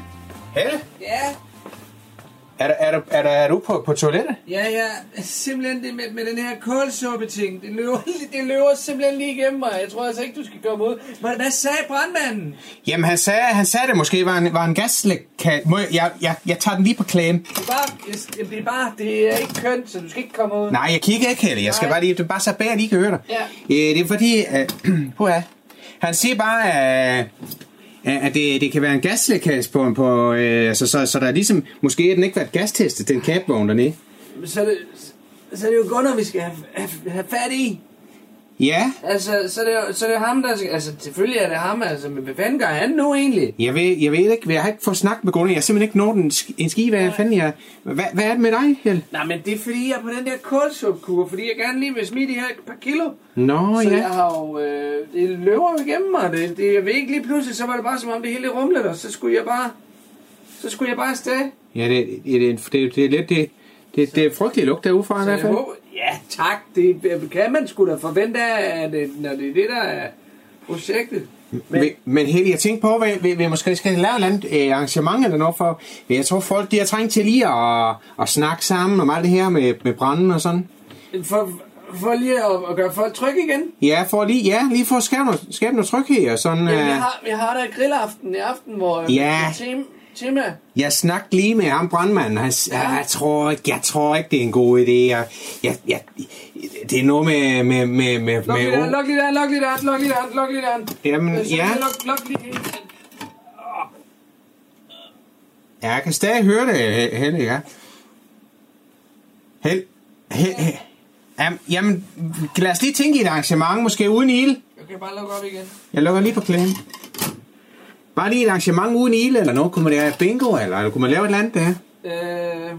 S1: Helle?
S6: Ja,
S1: Er, du- er, du, er, du, er du på, på toilettet?
S6: ja, ja. Simpelthen det med, med den her kålsuppe-ting. Det løber, det løber simpelthen lige igennem mig. Jeg tror altså ikke, du skal komme ud. Hvad, hvad sagde brandmanden?
S1: Jamen, han sagde, han sagde det måske var en, var en gaslækage. Må jeg, jeg, jeg, jeg tager den lige på klæden.
S6: Det er bare, det, det er bare, det er ikke kønt, så du skal ikke komme ud.
S1: Nej, jeg kigger ikke, Helle. Jeg skal bare lige, det er bare så bag, lige kan høre dig.
S6: Ja.
S1: Øh, det er fordi, øh, puha, han siger bare, at, øh, at det, det kan være en gaslækage på, på øh, altså, så, så der er ligesom, måske har den ikke været gastestet, den cabvogn dernede.
S6: Så er det, så er det jo Gunnar, vi skal have, have, have fat i.
S1: Ja.
S6: Altså, så er det jo, så er det jo ham, der... skal- Altså, selvfølgelig er det ham, altså, men hvad fanden gør han nu egentlig?
S1: Jeg ved, jeg ved ikke, jeg har ikke fået snakket med Gunnar. Jeg har simpelthen ikke nået en, sk- en skive. Hvad fanden jeg... Hvad, hvad er det med dig, Hel?
S6: Nej, men det er fordi, jeg er på den der kulsupkur, fordi jeg gerne lige vil smide de her et par kilo.
S1: Nå,
S6: så
S1: ja.
S6: jeg har jo, øh, det løber jo igennem mig. Det, det, jeg ved ikke, lige pludselig, så var det bare som om det hele rumlede, og så skulle jeg bare, så skulle jeg bare afsted.
S1: Ja, det, det, det, det, det er lidt... Det, det, det er frygtelig lugt derude fra i
S6: Så
S1: hvert
S6: jeg
S1: fald.
S6: håber- ja, tak. Det kan man sgu da forvente, af, at det, når det er det, der er projektet.
S1: Men, men Helle, jeg tænkte på, hvad, vi, vi måske skal lave et eller andet øh, arrangement eller noget for... men Jeg tror, folk de har trængt til lige at, at snakke sammen om alt det her med, med branden og sådan.
S6: For, for lige at, at gøre folk trygge igen.
S1: Ja, for lige, ja, lige for at skabe noget, skabe noget tryghed og sådan...
S6: Jamen,
S1: øh,
S6: jeg, har, jeg har da et grillaften i aften, hvor øh,
S1: Ja.
S6: tema, tema
S1: Jeg snakkede lige med ham brandmanden. Han, ja. jeg, tror ikke, jeg tror ikke, det er en god idé. Jeg, jeg, jeg, det er noget med... med, med, med,
S6: Luk lige der,
S1: med
S6: luk lige der, luk lige der, luk lige der, luk lige der.
S1: Jamen,
S6: Øh, så
S1: ja.
S6: Luk, luk lige
S1: ja, jeg kan stadig høre det, He- Helle, ja. Hel, he, he. Jamen, jamen, lad os lige tænke i et arrangement, måske uden ild.
S6: Jeg kan bare lukke op igen.
S1: Jeg lukker lige på klemmen. Bare lige et arrangement uden ild eller noget. Kunne man lave bingo, eller, eller kunne man lave et eller andet der?
S6: Øh,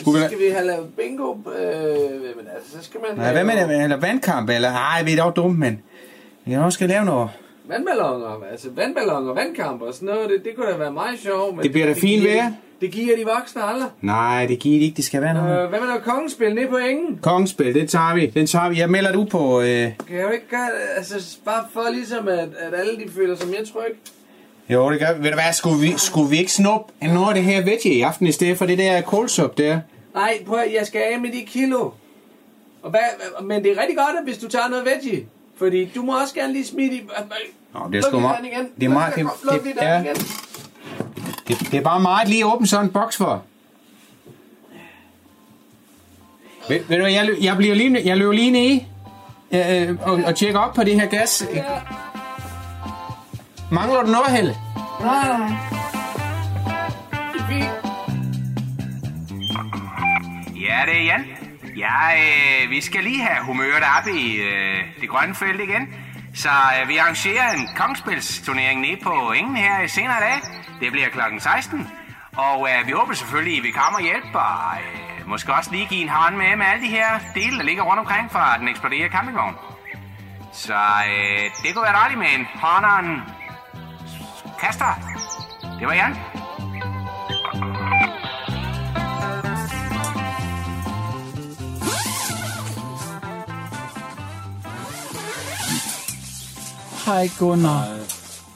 S1: Skulle vi
S6: så skal vi have lavet bingo. Øh, men altså, så skal man...
S1: Nej, hvad med det? Eller vandkamp, eller? Nej, vi er dog dumme, men... Jeg også skal lave noget.
S6: Vandballoner, altså vandballoner, vandkamp og sådan noget, det, det kunne da være meget sjovt. Men
S1: Det bliver da fint
S6: giver
S1: vejr.
S6: de- Det giver de voksne aldrig.
S1: Nej, det giver de ikke. Det skal være noget.
S6: Øh, hvad med noget kongespil nede på engen?
S1: Kongespil, det tager vi. Den tager vi. Jeg melder du på... Øh...
S6: Kan jeg jo ikke gøre det, altså bare for ligesom, at, at alle de føler sig mere trygge.
S1: Jo, det gør vi. Ved du hvad, skulle vi, skulle vi ikke snuppe noget af det her veggie i aften, i stedet for det der kålsup der?
S6: Nej, prøv at- jeg skal af med de kilo. Og hvad, hvad- men det er rigtig godt, at hvis du tager noget veggie. Fordi du må også gerne lige smide i...
S1: Nå, det er sgu meget... Det er meget... Det, det, det,
S6: er...
S1: er, det, det er bare meget lige at åbne sådan en boks for. Ved, ved du hvad, jeg, lø- jeg, bliver lige, jeg løber lige ned øh, og, og tjekker op på det her gas. Mangler du noget, Helle?
S6: Nej, nej. Det er fint.
S7: Ja, det er Jan. Ja, øh, vi skal lige have humøret op i øh, det grønne felt igen. Så øh, vi arrangerer en kongspilsturnering nede på Ingen her i senere i dag. Det bliver kl. 16. Og øh, vi håber selvfølgelig, at vi kommer og hjælper. Og, øh, måske også lige give en hånd med med alle de her dele, der ligger rundt omkring fra den eksploderede campingvogn. Så øh, det kunne være dejligt med en hånd og en kaster. Det var Jan.
S2: Hej Gunnar.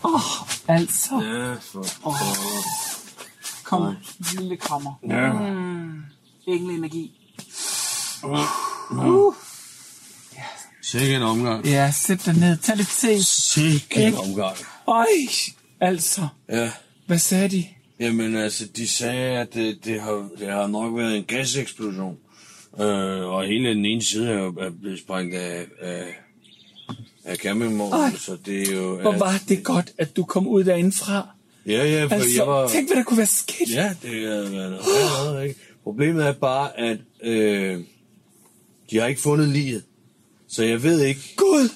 S2: Åh, oh, altså.
S10: Ja, for
S2: Åh. Kom, lille krammer.
S10: Ja.
S2: Mm. Engel energi.
S10: Uh. Sikke en omgang.
S2: Ja, sæt dig ned. Tag lidt te.
S10: Sikke en
S2: Ikke?
S10: omgang.
S2: Øj, altså.
S10: Ja.
S2: Hvad sagde de?
S10: Jamen altså, de sagde, at det, det, har, det har nok været en gaseksplosion. Øh, og hele den ene side er, jo- er blevet sprængt af, af, af
S2: Ej.
S10: campingvognen, så det er jo...
S2: Hvor
S10: at-
S2: var det godt, at du kom ud derindefra.
S10: Ja, ja, for
S2: Altså,
S10: jeg var...
S2: tænk, hvad der kunne være sket.
S10: Ja, det havde været noget værre noget, ikke? Problemet er bare, at øh, de har ikke fundet liget. Så jeg ved ikke...
S2: Gud!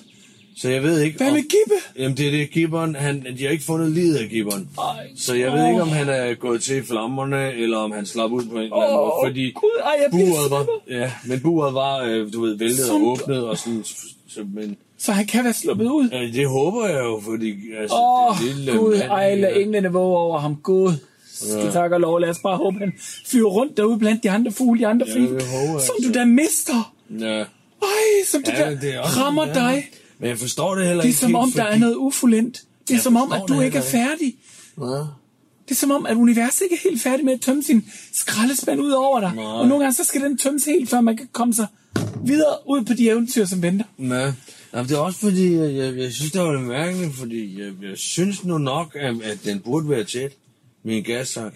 S10: Så jeg ved ikke...
S2: Hvad med Gibbe?
S10: Jamen, det er det, Gibberen, han, de har ikke fundet liget af Gibberen. Så jeg ved
S2: åh.
S10: ikke, om han er gået til i flammerne, eller om han slap ud på en eller anden
S2: Åh,
S10: måde, fordi
S2: Gud, ej, jeg bliver
S10: buret var, ja, men buret var, øh, du ved, væltet
S2: Som-
S10: og åbnet, og sådan, så, men,
S2: Så han kan være sluppet ud.
S10: ja, det håber jeg jo, fordi, altså,
S2: Åh, oh,
S10: det lille
S2: Gud,
S10: mand,
S2: ej,
S10: ikke?
S2: lad englene våge over ham. Gud, skal
S10: Ja.
S2: ja. tak og lov. Lad os bare håbe, han fyrer rundt derude blandt de andre fugle, de andre
S10: Ja,
S2: fugle,
S10: jeg håber,
S2: som
S10: altså.
S2: du da mister.
S10: Ja.
S2: Ej, som du
S10: Ja,
S2: ja,
S10: men det er
S2: der
S10: også-
S2: rammer
S10: ja.
S2: dig.
S10: Men jeg forstår det heller
S2: Det er
S10: ikke
S2: som om,
S10: helt,
S2: der er
S10: fordi-
S2: noget ufulendt. Det er
S10: Jeg
S2: som om,
S10: forstår
S2: at du
S10: det
S2: ikke er
S10: heller ikke.
S2: færdig.
S10: Hvad?
S2: Det er som om, at universet ikke er helt færdig med at tømme sin skraldespand ud over dig.
S10: Nej.
S2: Og nogle gange, så skal den tømmes helt, før man kan komme sig videre ud på de eventyr, som venter.
S10: Ja. Jamen, det er også fordi, jeg, jeg, jeg synes, det var lidt mærkeligt, fordi jeg, jeg synes nu nok, at, at den burde være tæt, min gas. Øh,
S2: Det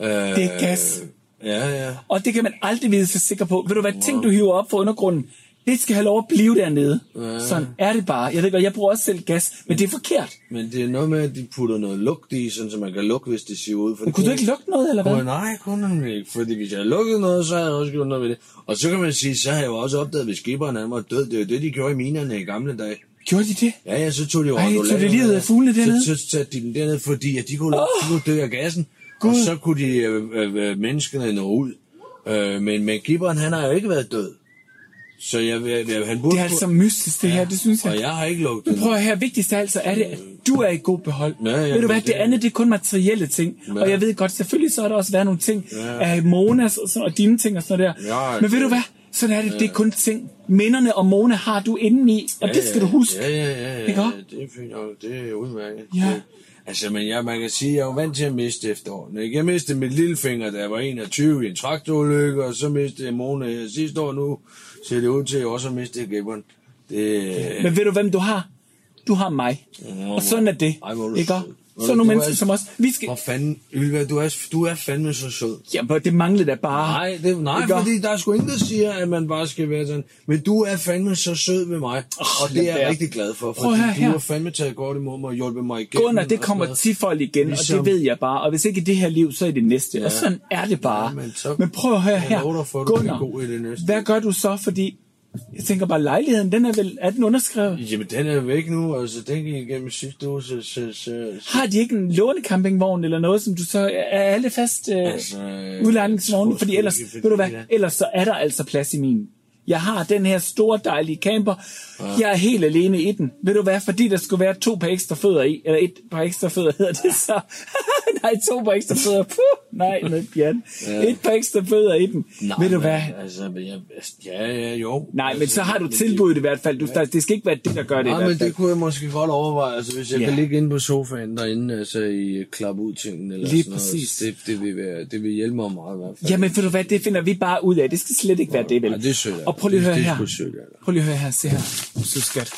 S2: er gas.
S10: Ja, ja.
S2: Og det kan man aldrig vide sig sikker på. Ved du hvad, ting du hiver op fra undergrunden, Det skal have lov at blive dernede.
S10: Ja.
S2: Sådan er det bare. Jeg ved godt, jeg bruger også selv gas, men det er forkert.
S10: Men det er noget med, at de putter noget lugt i, sådan så man kan lukke, hvis det siver ud. For
S2: Men kunne du ikke lugte noget, eller hvad?
S10: Åh, nej, kunne han ikke. Fordi hvis jeg lukkede noget, så havde jeg også gjort noget ved det. Og så kan man sige, så har jeg jo også opdaget, hvis skiberen han var død. Det er jo det, de gjorde i minerne i gamle dage.
S2: Gjorde de det?
S10: Ja, ja, så tog de jo
S2: Ej,
S10: undulater
S2: tog det livet af
S10: med.
S2: fuglene dernede?
S10: Så, så satte de dem dernede, fordi at de kunne, oh. de kunne dø af gassen.
S2: Gud.
S10: Og så kunne de øh, øh, øh, menneskene nå ud. Øh, men, men skiberen, han har jo ikke været død. Så jeg, jeg, jeg han burde...
S2: Det er altså mystisk, det her, det synes jeg.
S10: Og jeg har ikke lugtet
S2: Men prøv at høre, vigtigst af alt, så er det, at du er i god behold.
S10: Ja, ja,
S2: ved du hvad,
S10: det-
S2: det andet, det er kun materielle ting.
S10: Ja.
S2: Og jeg ved godt, selvfølgelig så har der også været nogle ting
S10: Ja.
S2: af Monas og, sådan, og dine ting og sådan noget der.
S10: Ja,
S2: Men ved du hvad, sådan er det, det er kun ting. Minderne og Mona har du indeni, og det skal
S10: ja,
S2: du huske.
S10: Ja, ja, ja. ja
S2: Ikke også?
S10: det er fint nok. Det er udmærket.
S2: Ja.
S10: Altså, men jeg, man kan sige, at jeg er jo vant til at miste efterhånden. Ikke? Jeg mistede mit lillefinger, da jeg var 21 i en traktorulykke, og så mistede jeg Mona her sidste år. Nu ser det ud til, at jeg også har mistet gæbberen. Det...
S2: Men ved du, hvem du har? Du har mig. Og sådan er det.
S10: Ej, hvor er du
S2: Ikke?
S10: sød.
S2: Så nogle
S10: Du
S2: mennesker
S10: er-
S2: som os. Vi skal...
S10: Hvor fanden, Ylva, du er, du er fandme så sød.
S2: Jamen, det manglede da bare.
S10: Nej, det, nej
S2: Ikke?
S10: fordi der er sgu ingen, der siger, at man bare skal være sådan. Men du er fandme så sød ved mig, oh, og det er
S2: lad
S10: jeg
S2: være.
S10: rigtig glad for,
S2: Prøv at
S10: fordi
S2: høre
S10: du
S2: her.
S10: har fandme taget godt imod mig og hjulpet mig igennem.
S2: Gunnar, det
S10: og
S2: kommer
S10: sådan
S2: tifold igen, ligesom... og
S10: Ligesom-
S2: det ved jeg bare. Og hvis ikke i det her liv, så i det næste.
S10: Ja.
S2: Ja. Og sådan er det bare. Ja, men,
S10: så...
S2: men prøv at høre
S10: Jeg
S2: her.
S10: lover dig for, at du
S2: Gunnar,
S10: bliver god i det næste.
S2: hvad gør du så? Fordi jeg tænker bare, lejligheden, den er vel, er den underskrevet?
S10: Jamen, den er væk nu, altså den gik igennem sidste uge, så... så, så, så.
S2: Har de ikke en lånecampingvogn eller noget, som du så er alle fast øh,
S10: Altså,
S2: altså,
S10: øh,
S2: udlejningsvogne? Fordi
S10: sgu
S2: ellers,
S10: ikke, fordi
S2: ved du hvad,
S10: der-
S2: ellers så er der altså plads i min. Jeg har den her store, dejlige camper.
S10: Ja.
S2: Jeg er helt alene i den. Ved du hvad, fordi der skulle være to par ekstra fødder i, eller et par ekstra fødder hedder det så. nej, to par ekstra fødder. Puh, nej, med pjat.
S10: Ja.
S2: Et par ekstra fødder i den.
S10: Nej,
S2: ved du
S10: men,
S2: hvad?
S10: Altså, men jeg, ja, ja, jo.
S2: Nej, men
S10: altså,
S2: så har du
S10: men det-
S2: tilbudet i hvert fald. Du, der, det skal ikke være det, der gør det i
S10: Nej,
S2: hvert
S10: men
S2: fald.
S10: det kunne jeg måske godt overveje, altså hvis jeg
S2: Ja.
S10: kan ligge inde på sofaen derinde, altså i klap ud tingen eller
S2: Lige
S10: sådan noget.
S2: præcis.
S10: Det, det, vil være, det vil hjælpe mig meget i hvert fald.
S2: Jamen, ved du hvad, det finder vi bare ud af. Det skal slet ikke være det, vel?
S10: Nej, det er sødt. af
S2: Og prøv lige at
S10: dig.
S2: høre
S10: det,
S2: her.
S10: Det er sgu sødt, af dig.
S2: Prøv lige at høre her, se her. Du så skat.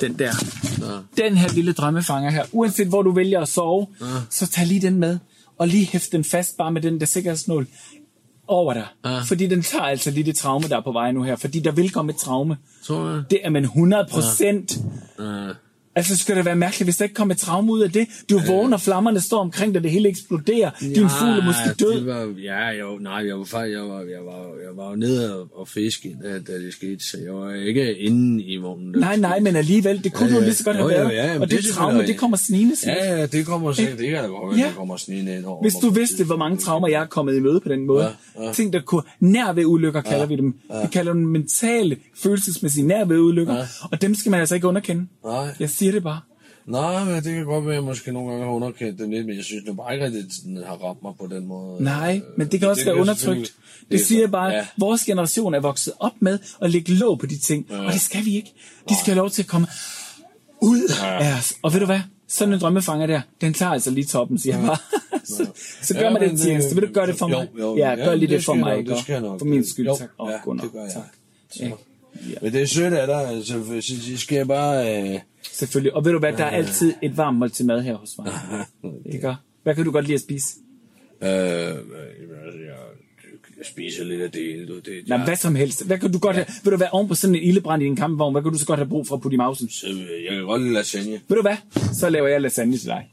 S2: Den der. Den her lille drømmefanger her. Uanset hvor du vælger at sove, så tag lige den med. Og lige hæft den fast bare med den der sikkerhedsnål over dig. Fordi den tager altså lige det traume, der er på vej nu her. Fordi der vil komme et traume. Det er man 100 procent. Altså, skal det være mærkeligt, hvis der ikke kommer et traume ud af det? Du vågner, flammerne står omkring dig, det hele eksploderer. Din fugl er måske død.
S10: Det var, ja, jo, nej, jeg var faktisk, jeg var, jeg var, jeg var jo nede og, og fiske, da, da det skete, så jeg var ikke inde i vognen. da
S2: Nej,
S10: det
S2: nej, men alligevel, det kunne ja,
S10: Ja,
S2: du
S10: ja.
S2: lige så godt
S10: Jo,
S2: have
S10: jo,
S2: været.
S10: ja, men
S2: og det,
S10: det er
S2: det traume, det
S10: selvfølgelig-
S2: kommer snigende.
S10: skete. Ja, ja, det kommer sikkert, det kan da godt være,
S2: Ja.
S10: det kommer snigende ind over.
S2: Hvis
S10: mig.
S2: du vidste, hvor mange traumer jeg er kommet i møde på den måde.
S10: Ja, ja.
S2: Ting, der kunne nær ved ulykker, kalder
S10: Ja,
S2: vi dem.
S10: ja.
S2: Vi kalder dem mentale, følelsesmæssige nær ved ulykker.
S10: Ja.
S2: Og dem skal man altså ikke underkende.
S10: Nej.
S2: Jeg siger det bare.
S10: Nej, men det kan godt være, at jeg måske nogle gange har underkendt det lidt, men jeg synes nu bare ikke, at det sådan har ramt mig på den måde.
S2: Nej, men det kan
S10: Øh,
S2: også være
S10: er
S2: undertrykt.
S10: selvfølgelig-
S2: Det
S10: er-
S2: siger jeg bare,
S10: Ja.
S2: at vores generation er vokset op med at lægge låg på de ting. Og det skal vi ikke. De skal have lov til at komme ud af os. Og ved du hvad? Sådan en drømmefanger der, den tager altså lige toppen, siger jeg bare. så, så gør
S10: Ja,
S2: mig den
S10: men,
S2: tjeneste. Vil du gøre det for
S10: jo,
S2: mig?
S10: Jo,
S2: ja, gør lige det, for
S10: skal
S2: mig.
S10: jeg Nok,
S2: ikke?
S10: det skal jeg nok.
S2: for min skyld,
S10: Jo,
S2: tak.
S10: Ja,
S2: Åh, Gunnar,
S10: det gør jeg.
S2: tak.
S10: Ja. Men det er sødt af dig, altså, for så så skal jeg bare... Øh...
S2: Selvfølgelig. Og ved du hvad, der er altid et varmt måltid mad her hos mig. Ikke? Hvad kan du godt lide at spise?
S10: Øh, jamen, altså, jeg, jeg spiser lidt af det hele, du. Det,
S2: Nej,
S10: jeg,
S2: hvad som helst. Hvad kan du godt have? Ved du hvad, oven på sådan en ildebrand i din kampvogn, hvad kan du så godt have brug for at putte i mausen?
S10: Så, øh, jeg kan godt lide lasagne.
S2: Ved du hvad? Så laver jeg lasagne til dig.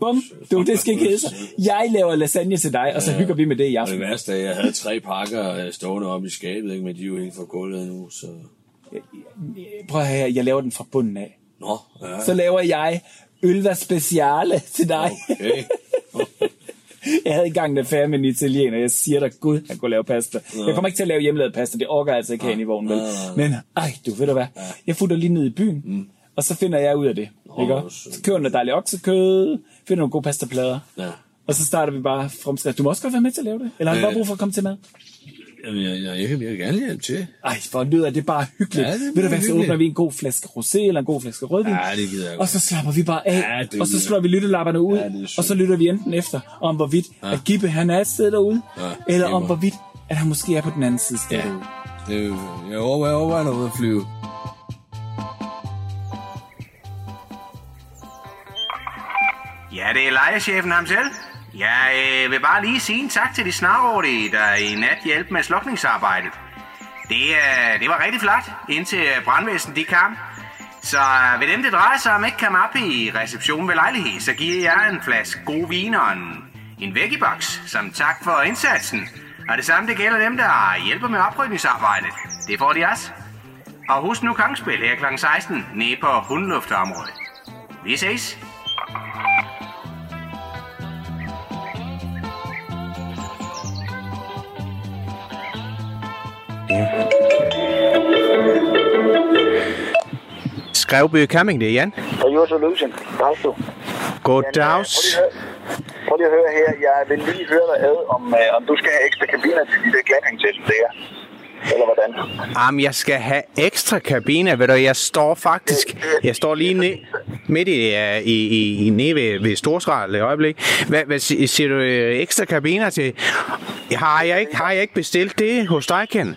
S2: Bum. Du, det skal ikke hedde sig. Jeg laver lasagne til dig, og så hygger vi med det i
S10: Og det
S2: aften.
S10: værste er, at jeg havde tre pakker øh, stående oppe i skabet, ikke? men de er jo helt forkullet nu, så...
S2: Prøv at høre, her, jeg laver den fra bunden af.
S10: Nå, ja.
S2: Så laver jeg Ylva Speciale til dig.
S10: Okay.
S2: Jeg havde engang en affære med en italiener, jeg siger dig, gud, han kunne lave pasta.
S9: Nå.
S2: Jeg kommer ikke til at lave hjemmelavet pasta, det orker jeg
S10: Ah.
S2: altså ikke herinde i vognen. Vel?
S9: Nej, nej,
S2: Men ej, du ved du hvad, jeg futter lige ned i byen,
S10: Mm.
S2: og så finder jeg ud af det. Ikke? Så køber jeg noget dejligt oksekød, finder nogle gode pastaplader,
S10: Ja.
S2: og så starter vi bare fra scratch. Du må også godt være med til at lave det, eller har du
S10: Øh.
S2: bare brug for at komme til mad?
S10: Jamen, jeg, jeg, jeg, kan- jeg kan gerne hjælpe til.
S2: Ej, for lyder det bare hyggeligt.
S10: Ja,
S2: Ja,
S10: det er
S2: Ved du hvad, så
S10: hyggeligt.
S2: åbner vi en god flaske rosé eller en god flaske rødvin.
S10: Ja, det gider jeg godt.
S2: Og så slapper vi bare
S10: Ja,
S2: af,
S10: det
S2: ja, og så
S10: gider
S2: slår vi lyttelapperne ud,
S10: Ja, det er
S2: ja,
S10: sødt.
S2: og så lytter vi enten efter, om hvorvidt
S10: Ja.
S2: ja. at Gibbe han er et sted derude,
S10: Ja,
S2: ja, eller om
S10: Gibber.
S2: hvorvidt at han måske er på den anden side sted
S10: Ja.
S2: derude.
S10: Det, er jo- jeg håber, jeg håber, han er ude at flyve.
S1: Ja, det er lejechefen ham selv. Jeg øh, vil bare lige sige en tak til de snarrådige, der i nat hjalp med slukningsarbejdet.
S6: Det, øh, det var rigtig flot, indtil øh, brandvæsenet de kom. Så øh, ved dem, det drejer sig om, ikke kom op i receptionen ved lejlighed, så giver jeg en flaske gode viner og en, en veggiebox som tak for indsatsen. Og det samme, det gælder dem, der hjælper med oprydningsarbejdet. Det får de også. Og husk nu kongespil her kl. 16, nede på hundluftområdet. Vi ses.
S1: Skrevby Camping, det er Jan.
S13: Og your solution. Dags du.
S1: Goddags.
S13: øh, Prøv lige at høre her. Jeg vil lige høre dig ad, om, øh, om du skal have ekstra kabiner til de der glathængtest, det her. Eller hvordan?
S1: Jamen, jeg skal have ekstra kabiner, ved du, jeg står faktisk, jeg står lige ned, midt i, øh, i, i, i nede ved, ved Storskrald i øjeblik. Hvad, hvad si- siger du, øh, ekstra kabiner til? Har jeg ikke, har jeg ikke bestilt det hos dig, Ken?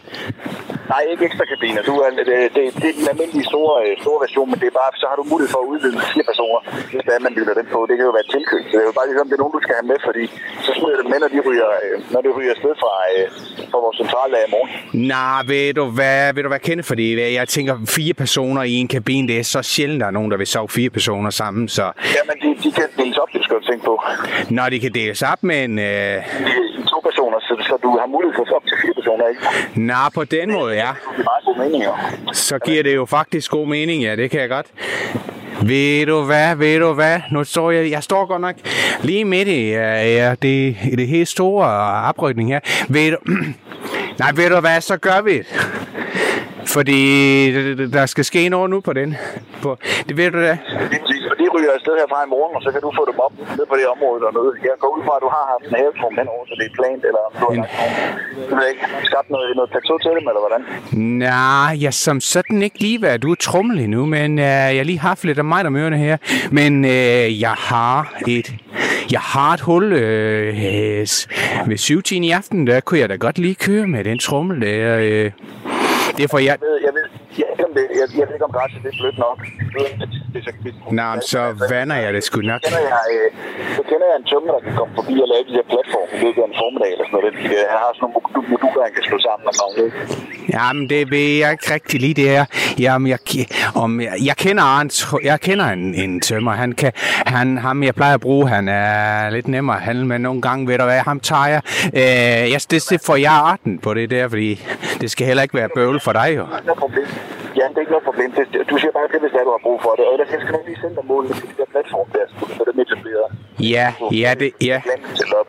S13: Nej, ikke ekstra kabiner. Du er, det, det, det, er den almindelige store, øh, store version, men det er bare, så har du mulighed for at udvide med fire personer, hvis det er, man lytter den på. Det kan jo være et tilkøb. Så jeg vil bare lige høre, om det er nogen, du skal have med, fordi så smider du dem med, når de ryger, øh, når de ryger afsted fra, øh, fra vores centrallager i morgen.
S1: Nej, ved du hvad, ved du hvad, Kenneth, fordi øh, jeg tænker, fire personer i en kabine, det er så sjældent, der er nogen, der vil sove fire personer sammen, så...
S13: Jamen, de, de kan deles op, det skal du tænke på.
S1: Når de kan deles op med en... Øh...
S13: De er to personer, så, så du har mulighed for op til fire personer, ikke?
S1: Nå, på den måde, ja.
S13: Det er meget god mening, jo.
S1: Så giver det jo faktisk god mening, ja, det kan jeg godt. Ved du hvad, ved du hvad, nu står jeg, jeg står godt nok lige midt i, øh, ja, det, i det helt store oprykning her. Ved du, nej, ved du hvad, så gør vi det. Fordi d- d- der skal ske noget nu på den. På, det ved du da.
S13: Lige præcis. Og de ryger afsted herfra i morgen, og så kan du få dem op ned på det område dernede. Jeg går ud fra, at du har haft en havetrum henover, så det er plant, eller om du har lagt nogen. Jeg ved ikke, skabt noget, noget plateau til dem, eller hvordan?
S1: Nej, jeg som sådan ikke lige været ude trummel endnu, men øh, jeg har lige haft lidt af mig om ørerne her. Men øh, jeg har et jeg har et hul øh, øh, s- ved 7 i aften, der kunne jeg da godt lige køre med den trummel der. Øh. Det er for jeg...
S13: Jeg ved, jeg ved, jeg ved, ikke, om det, jeg, jeg ved ikke, om græsset det er blødt nok. Jeg ved, at det er så kvidt.
S1: Nå, men så vander jeg det sgu nok.
S13: kender jeg, øh, så kender jeg en tømmer, der kan komme forbi og lave de der platforme i løbet af en formiddag eller sådan noget. Det- det- Han har sådan nogle modu- moduler, han kan slå sammen og sådan noget.
S1: Jamen, det ved jeg ikke rigtig lige, det er. Jamen, jeg, ke- om, jeg, jeg kender, Arne, Tr- jeg kender en, en tømmer. Han kan, han, ham, jeg plejer at bruge, han er lidt nemmere at handle med nogle gange. Ved du hvad, ham tager jeg. Øh, jeg det, det får jeg arten på det der, fordi det skal heller ikke være bøvl for dig, jo.
S13: Det er ikke noget problem. Ja, det er ikke noget problem. Det- Du siger bare det, hvis det er, du har brug for det. Og ellers jeg skal nok lige sende dig målene til de der platforme der, så du kan få dem etableret.
S1: Ja, ja, det, ja.
S13: Til op.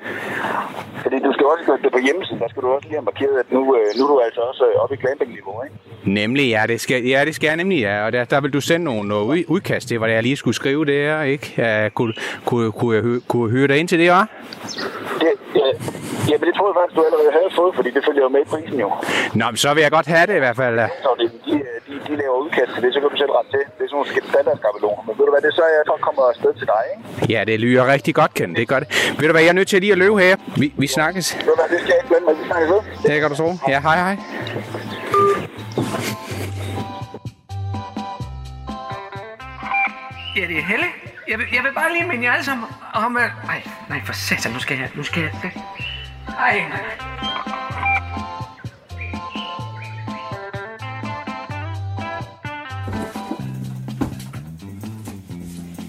S13: Fordi du skal også gøre det på hjemmesiden, der skal du også lige have markeret, at nu, øh, nu er du altså også øh, oppe i glamping-niveau, ikke?
S1: Nemlig, ja, det skal, ja, det skal jeg nemlig, ja. Og der, der vil du sende nogle, nogle ud- udkast til, hvad det er, jeg lige skulle skrive det her, ikke? Ja, kunne, kunne, kunne, jeg, hø- kunne jeg høre dig ind til det, hva'?
S13: Det, øh, jamen, det tror jeg faktisk, du allerede havde fået, fordi det følger jo med i prisen jo.
S1: Nå, men så vil jeg godt have det i hvert fald. ja.
S13: Så det, de, øh, de, de laver udkast til det, så kan du selv rette til. Det er sådan nogle standardskabeloner. Men ved du hvad, det er så, jeg så kommer afsted til dig, ikke?
S1: Ja, det lyder rigtig godt, Ken. Det gør det. Ved du hvad, jeg er nødt til lige at løbe her. Vi, vi snakkes.
S13: Ved du hvad, det skal jeg ikke blande mig. Vi snakkes ved.
S1: Det kan du tro. Ja, hej hej.
S6: Ja, det er Helle. Jeg vil, jeg vil bare lige minde jer alle sammen om... at- Ej, nej, for satan, nu skal jeg... Nu skal jeg... Ej,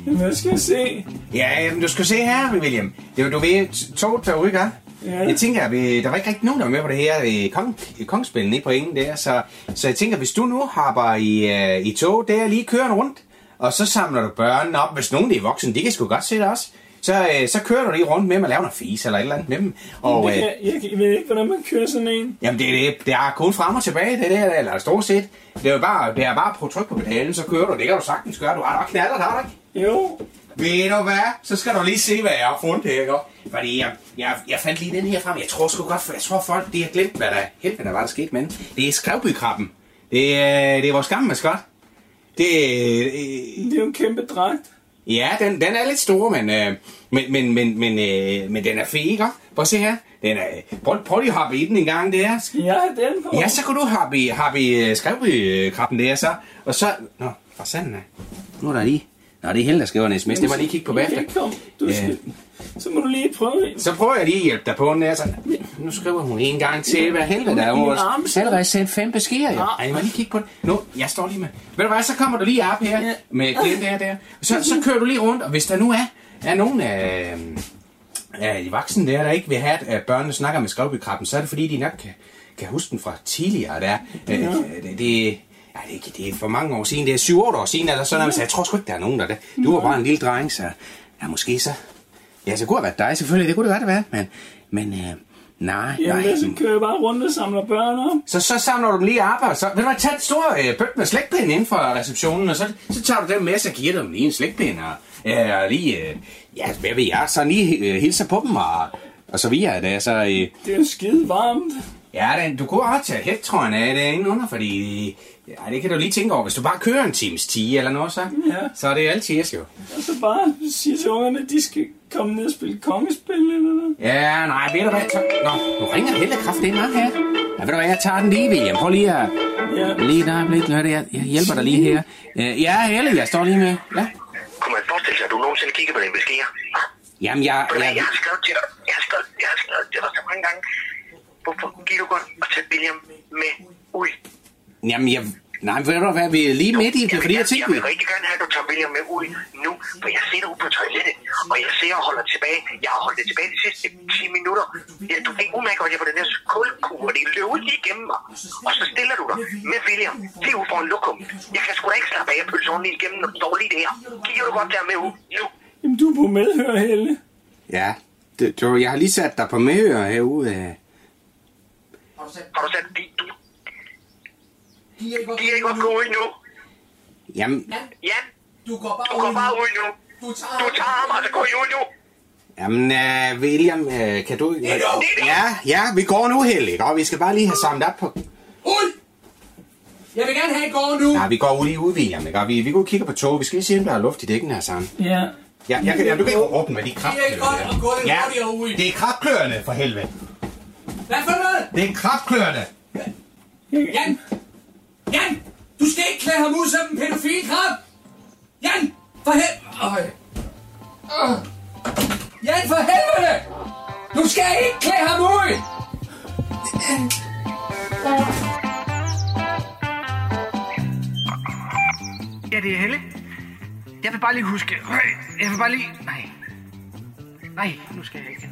S9: Hvad skal jeg se?
S2: Ja, jamen, du skal se her, William. Det var du ved t- toget, der rykker. Ja. Jeg tænker, at øh, der var ikke rigtig nogen, der var med på det her øh, kong, øh, kongsspil nede på engen der. Så, så jeg tænker, hvis du nu hopper i, øh, i toget der, lige kører den rundt, og så samler du børnene op. Hvis nogen de er voksne, de kan sgu godt se det også. Så, øh, så kører du lige rundt med dem og laver noget fis eller et eller andet med dem. Og,
S9: jeg,
S2: øh,
S9: jeg, jeg ved ikke, hvordan man kører sådan en.
S2: Jamen, det, det, det er kun frem og tilbage, det der, eller stort set. Det er jo bare, det er bare på tryk på pedalen, så kører du. Det kan du sagtens gøre. Du har nok knaldet, har du ikke? Jo. Ved du hvad? Så skal du lige se, hvad jeg har fundet her, ikke? Fordi jeg, jeg, jeg fandt lige den her frem. Jeg tror sgu godt, for jeg tror folk, de har glemt, hvad der helvede, der var, der skete med den. Det er skrevbykrabben. Det, er- det er vores gamle maskot. Det, øh, det er jo en kæmpe dragt. Ja, den, den er lidt stor, men, øh, men, men, men, men, øh, men den er fed, ikke? Prøv at se her. Den er, prøv, prøv lige at hoppe i den en gang, det er. Ja, den Ja, så kan du hoppe i, hoppe
S1: øh,
S2: i skrevbykrabben, det er så. Og så... Nå, for sanden af. Nu er der lige... Nå, det er Helle, der skriver en sms. Det må jeg lige kigge på bagefter.
S9: Du skal,
S2: Øh,
S14: Så må du lige prøve en.
S1: Så prøver jeg lige at hjælpe dig på den der. Så, nu skriver hun en gang til. Hvad helvede der er
S14: Min
S1: vores...
S14: arm.
S1: Selvrejs sendt fem beskeder, jo.
S14: Ah.
S1: Ej, må jeg lige kigge på det. Nu, jeg står lige med. Ved du hvad, så kommer du lige op her med den der der. Så, så kører du lige rundt, og hvis der nu er, er nogen af, øhm, af de voksne der, der ikke vil have, at øh, børnene snakker med skrevbykrabben, så er det fordi, de nok kan, kan huske den fra tidligere. Der. Øh,
S14: Ja.
S1: det, det, ej, det, er ikke- det er for mange år siden. Det er 7-8 år siden, eller sådan noget. Så jeg tror sgu ikke, der er nogen, der er det. Du var bare en lille dreng, så ja, måske så... Ja, så kunne det have været dig, selvfølgelig. Det kunne det godt have været, men... men øh, nej, nej.
S14: Jamen, så kører jeg bare rundt og samler børn op.
S1: Så, så samler du dem lige op, og så vil man tage et stort øh, bøtte med slægtpind inden for receptionen, og så, så tager du dem med, så giver du dem lige en slægtpind, og, øh, og lige, øh, ja, hvad ved jeg, så lige øh, hilser på dem, og, og så videre. Det er, så, øh, det
S14: er jo skide varmt.
S1: Ja, den, du kunne også tage hættrøjen af det indenunder, fordi ja, det kan du lige tænke over. Hvis du bare kører en times 10 eller noget, så,
S14: Ja.
S1: så er det altid æsk jo.
S14: Og så bare siger til ungerne, at de skal komme ned og spille kongespil eller noget.
S1: Ja, nej, ved du hvad? Så, nå, nu ringer Helle kraft ind her. Ja, ved du hvad, jeg tager den lige, William. Prøv lige at...
S14: Ja.
S1: Lige et øjeblik, hør det, jeg, jeg hjælper dig lige her. Øh, ja, Helle, jeg står lige med. Ja.
S15: Kunne man forestille sig, at du nogensinde kigger på dine beskeder?
S1: Jamen, jeg...
S15: Ja,
S1: jeg
S15: jeg har skrevet til dig. Jeg har skrevet, jeg har skrevet til dig så mange gange. Hvorfor giver du godt at tage William med ud?
S1: jamen, jeg... Nej, ved du hvad, vi er lige midt i det, fordi jeg
S15: Jeg
S1: tænkte...
S15: vil rigtig gerne have, at du tager William med ud nu, for jeg sidder ude på toilettet, og jeg ser og holder tilbage. Jeg har holdt det tilbage de sidste 10 minutter. Ja, du kan ikke umærke, at jeg på den her kulkur, og det løber lige igennem mig. Og så stiller du dig med William. Det er ude for en lokum. Jeg kan sgu da ikke slappe af pølse ordentligt igennem, når du står lige der. Giver du godt der med ud nu?
S14: Jamen, du er på medhør, Helle.
S1: Ja, det, du, jeg har lige sat dig på medhør herude. øh.
S15: Har du sat de, du... De er ikke godt gået ud nu.
S1: Jamen,
S15: Ja. Du går bare, du går bare ud nu. Du tager, du tager ham, og så går I ud nu.
S1: jamen øh, William, øh, kan du...
S15: er nu.
S1: Ja, ja, vi går nu, Helle, ikke? Og vi skal bare lige have samlet op på...
S16: Jeg vil gerne have, at I går nu.
S1: Nej, vi går ud lige ud, William, ikke? Og vi, vi går og kigger på toget. Vi skal lige se, om der er luft i dækken her sammen.
S16: Ja.
S1: Ja, jeg kan, ja, du kan ikke råbe dem, hvad de er krabkløerne.
S16: gå lidt
S1: Ja,
S16: hurtigere ud.
S1: det er krabkløerne, for helvede.
S16: Hvad for noget?
S1: Det er krabkløerne.
S16: Jan! Jan! Du skal ikke klæde ham ud som en pædofil krab! Jan! For helvede! Jan, for helvede! Du skal ikke klæde ham ud!
S6: Ja, det er Helle. Jeg vil bare lige huske... Øj, Jeg vil bare lige... Nej. Nej, nu skal jeg ikke.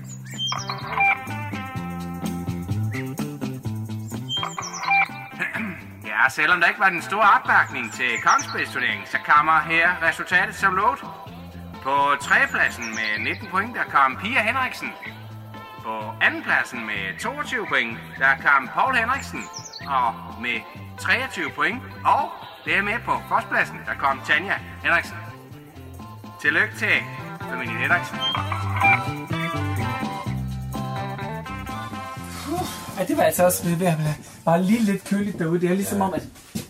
S6: Ja, selvom der ikke var den store opbakning til Kongspidsturneringen, så kommer her resultatet som lovet. På 3. pladsen med 19 point, der kom Pia Henriksen. På anden pladsen med 22 point, der kom Paul Henriksen. Og med 23 point, og det er med på førstpladsen, der kom Tanja Henriksen. Tillykke til familien Henriksen.
S2: Ja, det var altså også ved at være bare lige lidt køligt derude. Det er ligesom om, at,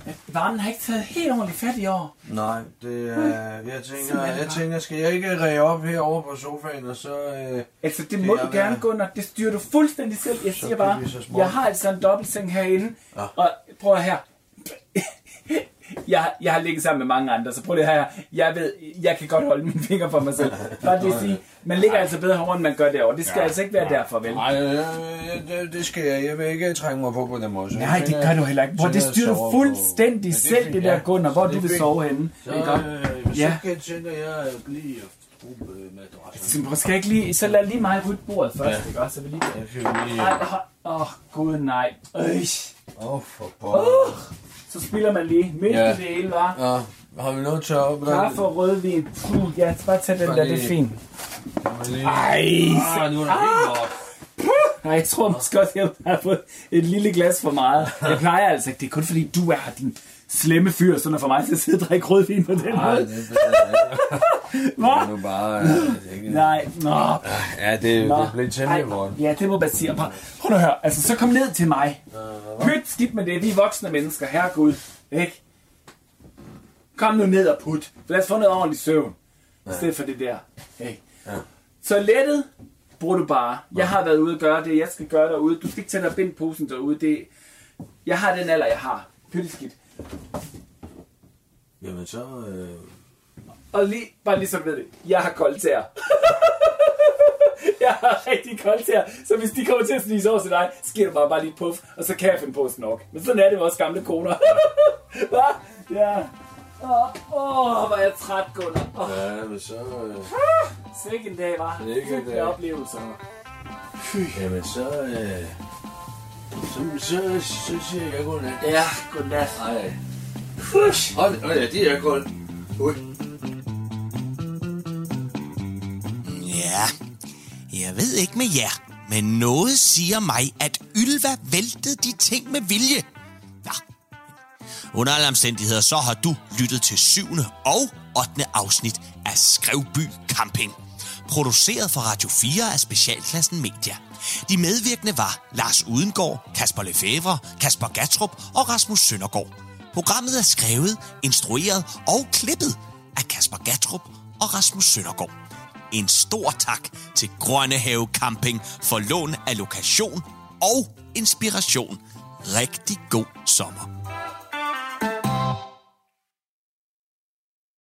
S2: at varmen har ikke taget helt ordentligt fat i år.
S10: Nej, det er... Jeg tænker,
S2: Simpelthen
S10: jeg
S2: bare.
S10: tænker skal jeg ikke ræge op herovre på sofaen, og så... Øh,
S2: altså, Det må du gerne gå, når det styrer du fuldstændig selv. Jeg siger
S10: bliver
S2: bare,
S10: vi så små.
S2: jeg har altså en dobbeltseng herinde,
S10: Ja.
S2: og prøv at her. Jeg, jeg har ligget sammen med mange andre, så prøv det her. Jeg ved, jeg kan godt holde mine fingre for mig selv. Bare det at sige, man ligger altså bedre herovre, end man gør derovre. Det skal
S10: Ja.
S2: altså ikke være derfor, vel?
S10: Nej, øh, det, det skal jeg. Jeg vil ikke trænge mig på på den måde. Så
S2: Nej,
S10: jeg
S2: det
S10: tænker-
S2: gør du heller ikke. Hvor
S10: tænker,
S2: det
S10: jeg
S2: styrer du
S10: sover på-
S2: fuldstændig selv, det der Gunnar, hvor
S10: Så
S2: du
S10: det
S2: vil
S10: fik-
S2: sove henne.
S10: Så,
S2: Ikke?
S10: øh,
S2: Ja.
S10: ja. så kan- tænker jeg at blive og bruge øh, madrassen.
S2: Så Skal jeg ikke lige, så lad lige mig rydde bordet først,
S10: Ja.
S2: ikke også? Så vi lige...
S10: Jeg kan jo lige-
S2: Ej, Åh, oh, gud nej. Øj.
S10: Åh, oh, for pokker.
S2: Uh, så spiller man lige midt
S10: Ja.
S2: ja. i det hele, var.
S10: Ja, har vi noget til at opgøre?
S2: Kaffe og rødvin. Puh, ja, bare tag den
S10: Bare
S2: der, det
S10: lige-
S2: er fint. Ej,
S10: Ah, nu er der helt op.
S2: Nej, jeg tror måske også, jeg har fået et lille glas for meget. Jeg plejer altså ikke. Det er kun fordi, du er din slemme fyr, så når for mig til at sidde og drikke rødvin på den
S10: Nej,
S2: måde.
S10: det er
S2: Hvad?
S10: nu bare... øh, ikke-
S2: Nej, nå.
S10: Ja, det,
S2: Nå.
S10: det blev temmelig vort.
S2: Ja, det må man sige. Prøv, prøv nu at høre, altså så kom ned til mig. Pyt skidt med det, vi er voksne mennesker, herregud. Ikke? Kom nu ned og put. Lad os få noget ordentligt søvn. I stedet for det der. Ikke? Toilettet bruger du bare. Jeg har været ude og gøre det, jeg skal gøre derude. Du skal ikke tage dig og binde posen derude. Det, jeg har den alder, jeg har. Pyt skidt.
S10: Jamen så... Øh...
S2: Og lige, bare lige så du ved det. Jeg har koldt tæer. jeg har rigtig koldt her. Så hvis de kommer til at snige sig over til dig, så giver du mig bare lige et puff, og så kan jeg finde på at snorke. Men sådan er det med os gamle koner. Hva? Ja. Åh, oh, hvor er jeg træt, Gunnar. Åh.
S10: Ja, men så... Øh...
S2: Sikke en dag, var.
S10: Sikke en dag.
S2: oplevelse.
S10: Jamen så... Øh... Så, så, så siger jeg godnat.
S2: Ja, godnat.
S10: Ej. Hold, hold, ja, det er godt. Ui.
S3: Ja, jeg ved ikke med jer, men noget siger mig, at Ylva væltede de ting med vilje. Nå. Under alle omstændigheder, så har du lyttet til syvende og 8. afsnit af Skrevby Camping. Produceret for Radio 4 af Specialklassen Media. De medvirkende var Lars Udengård, Kasper Lefevre, Kasper Gatrup og Rasmus Søndergaard. Programmet er skrevet, instrueret og klippet af Kasper Gatrup og Rasmus Søndergaard. En stor tak til Grønnehave Camping for lån af lokation og inspiration. Rigtig god sommer.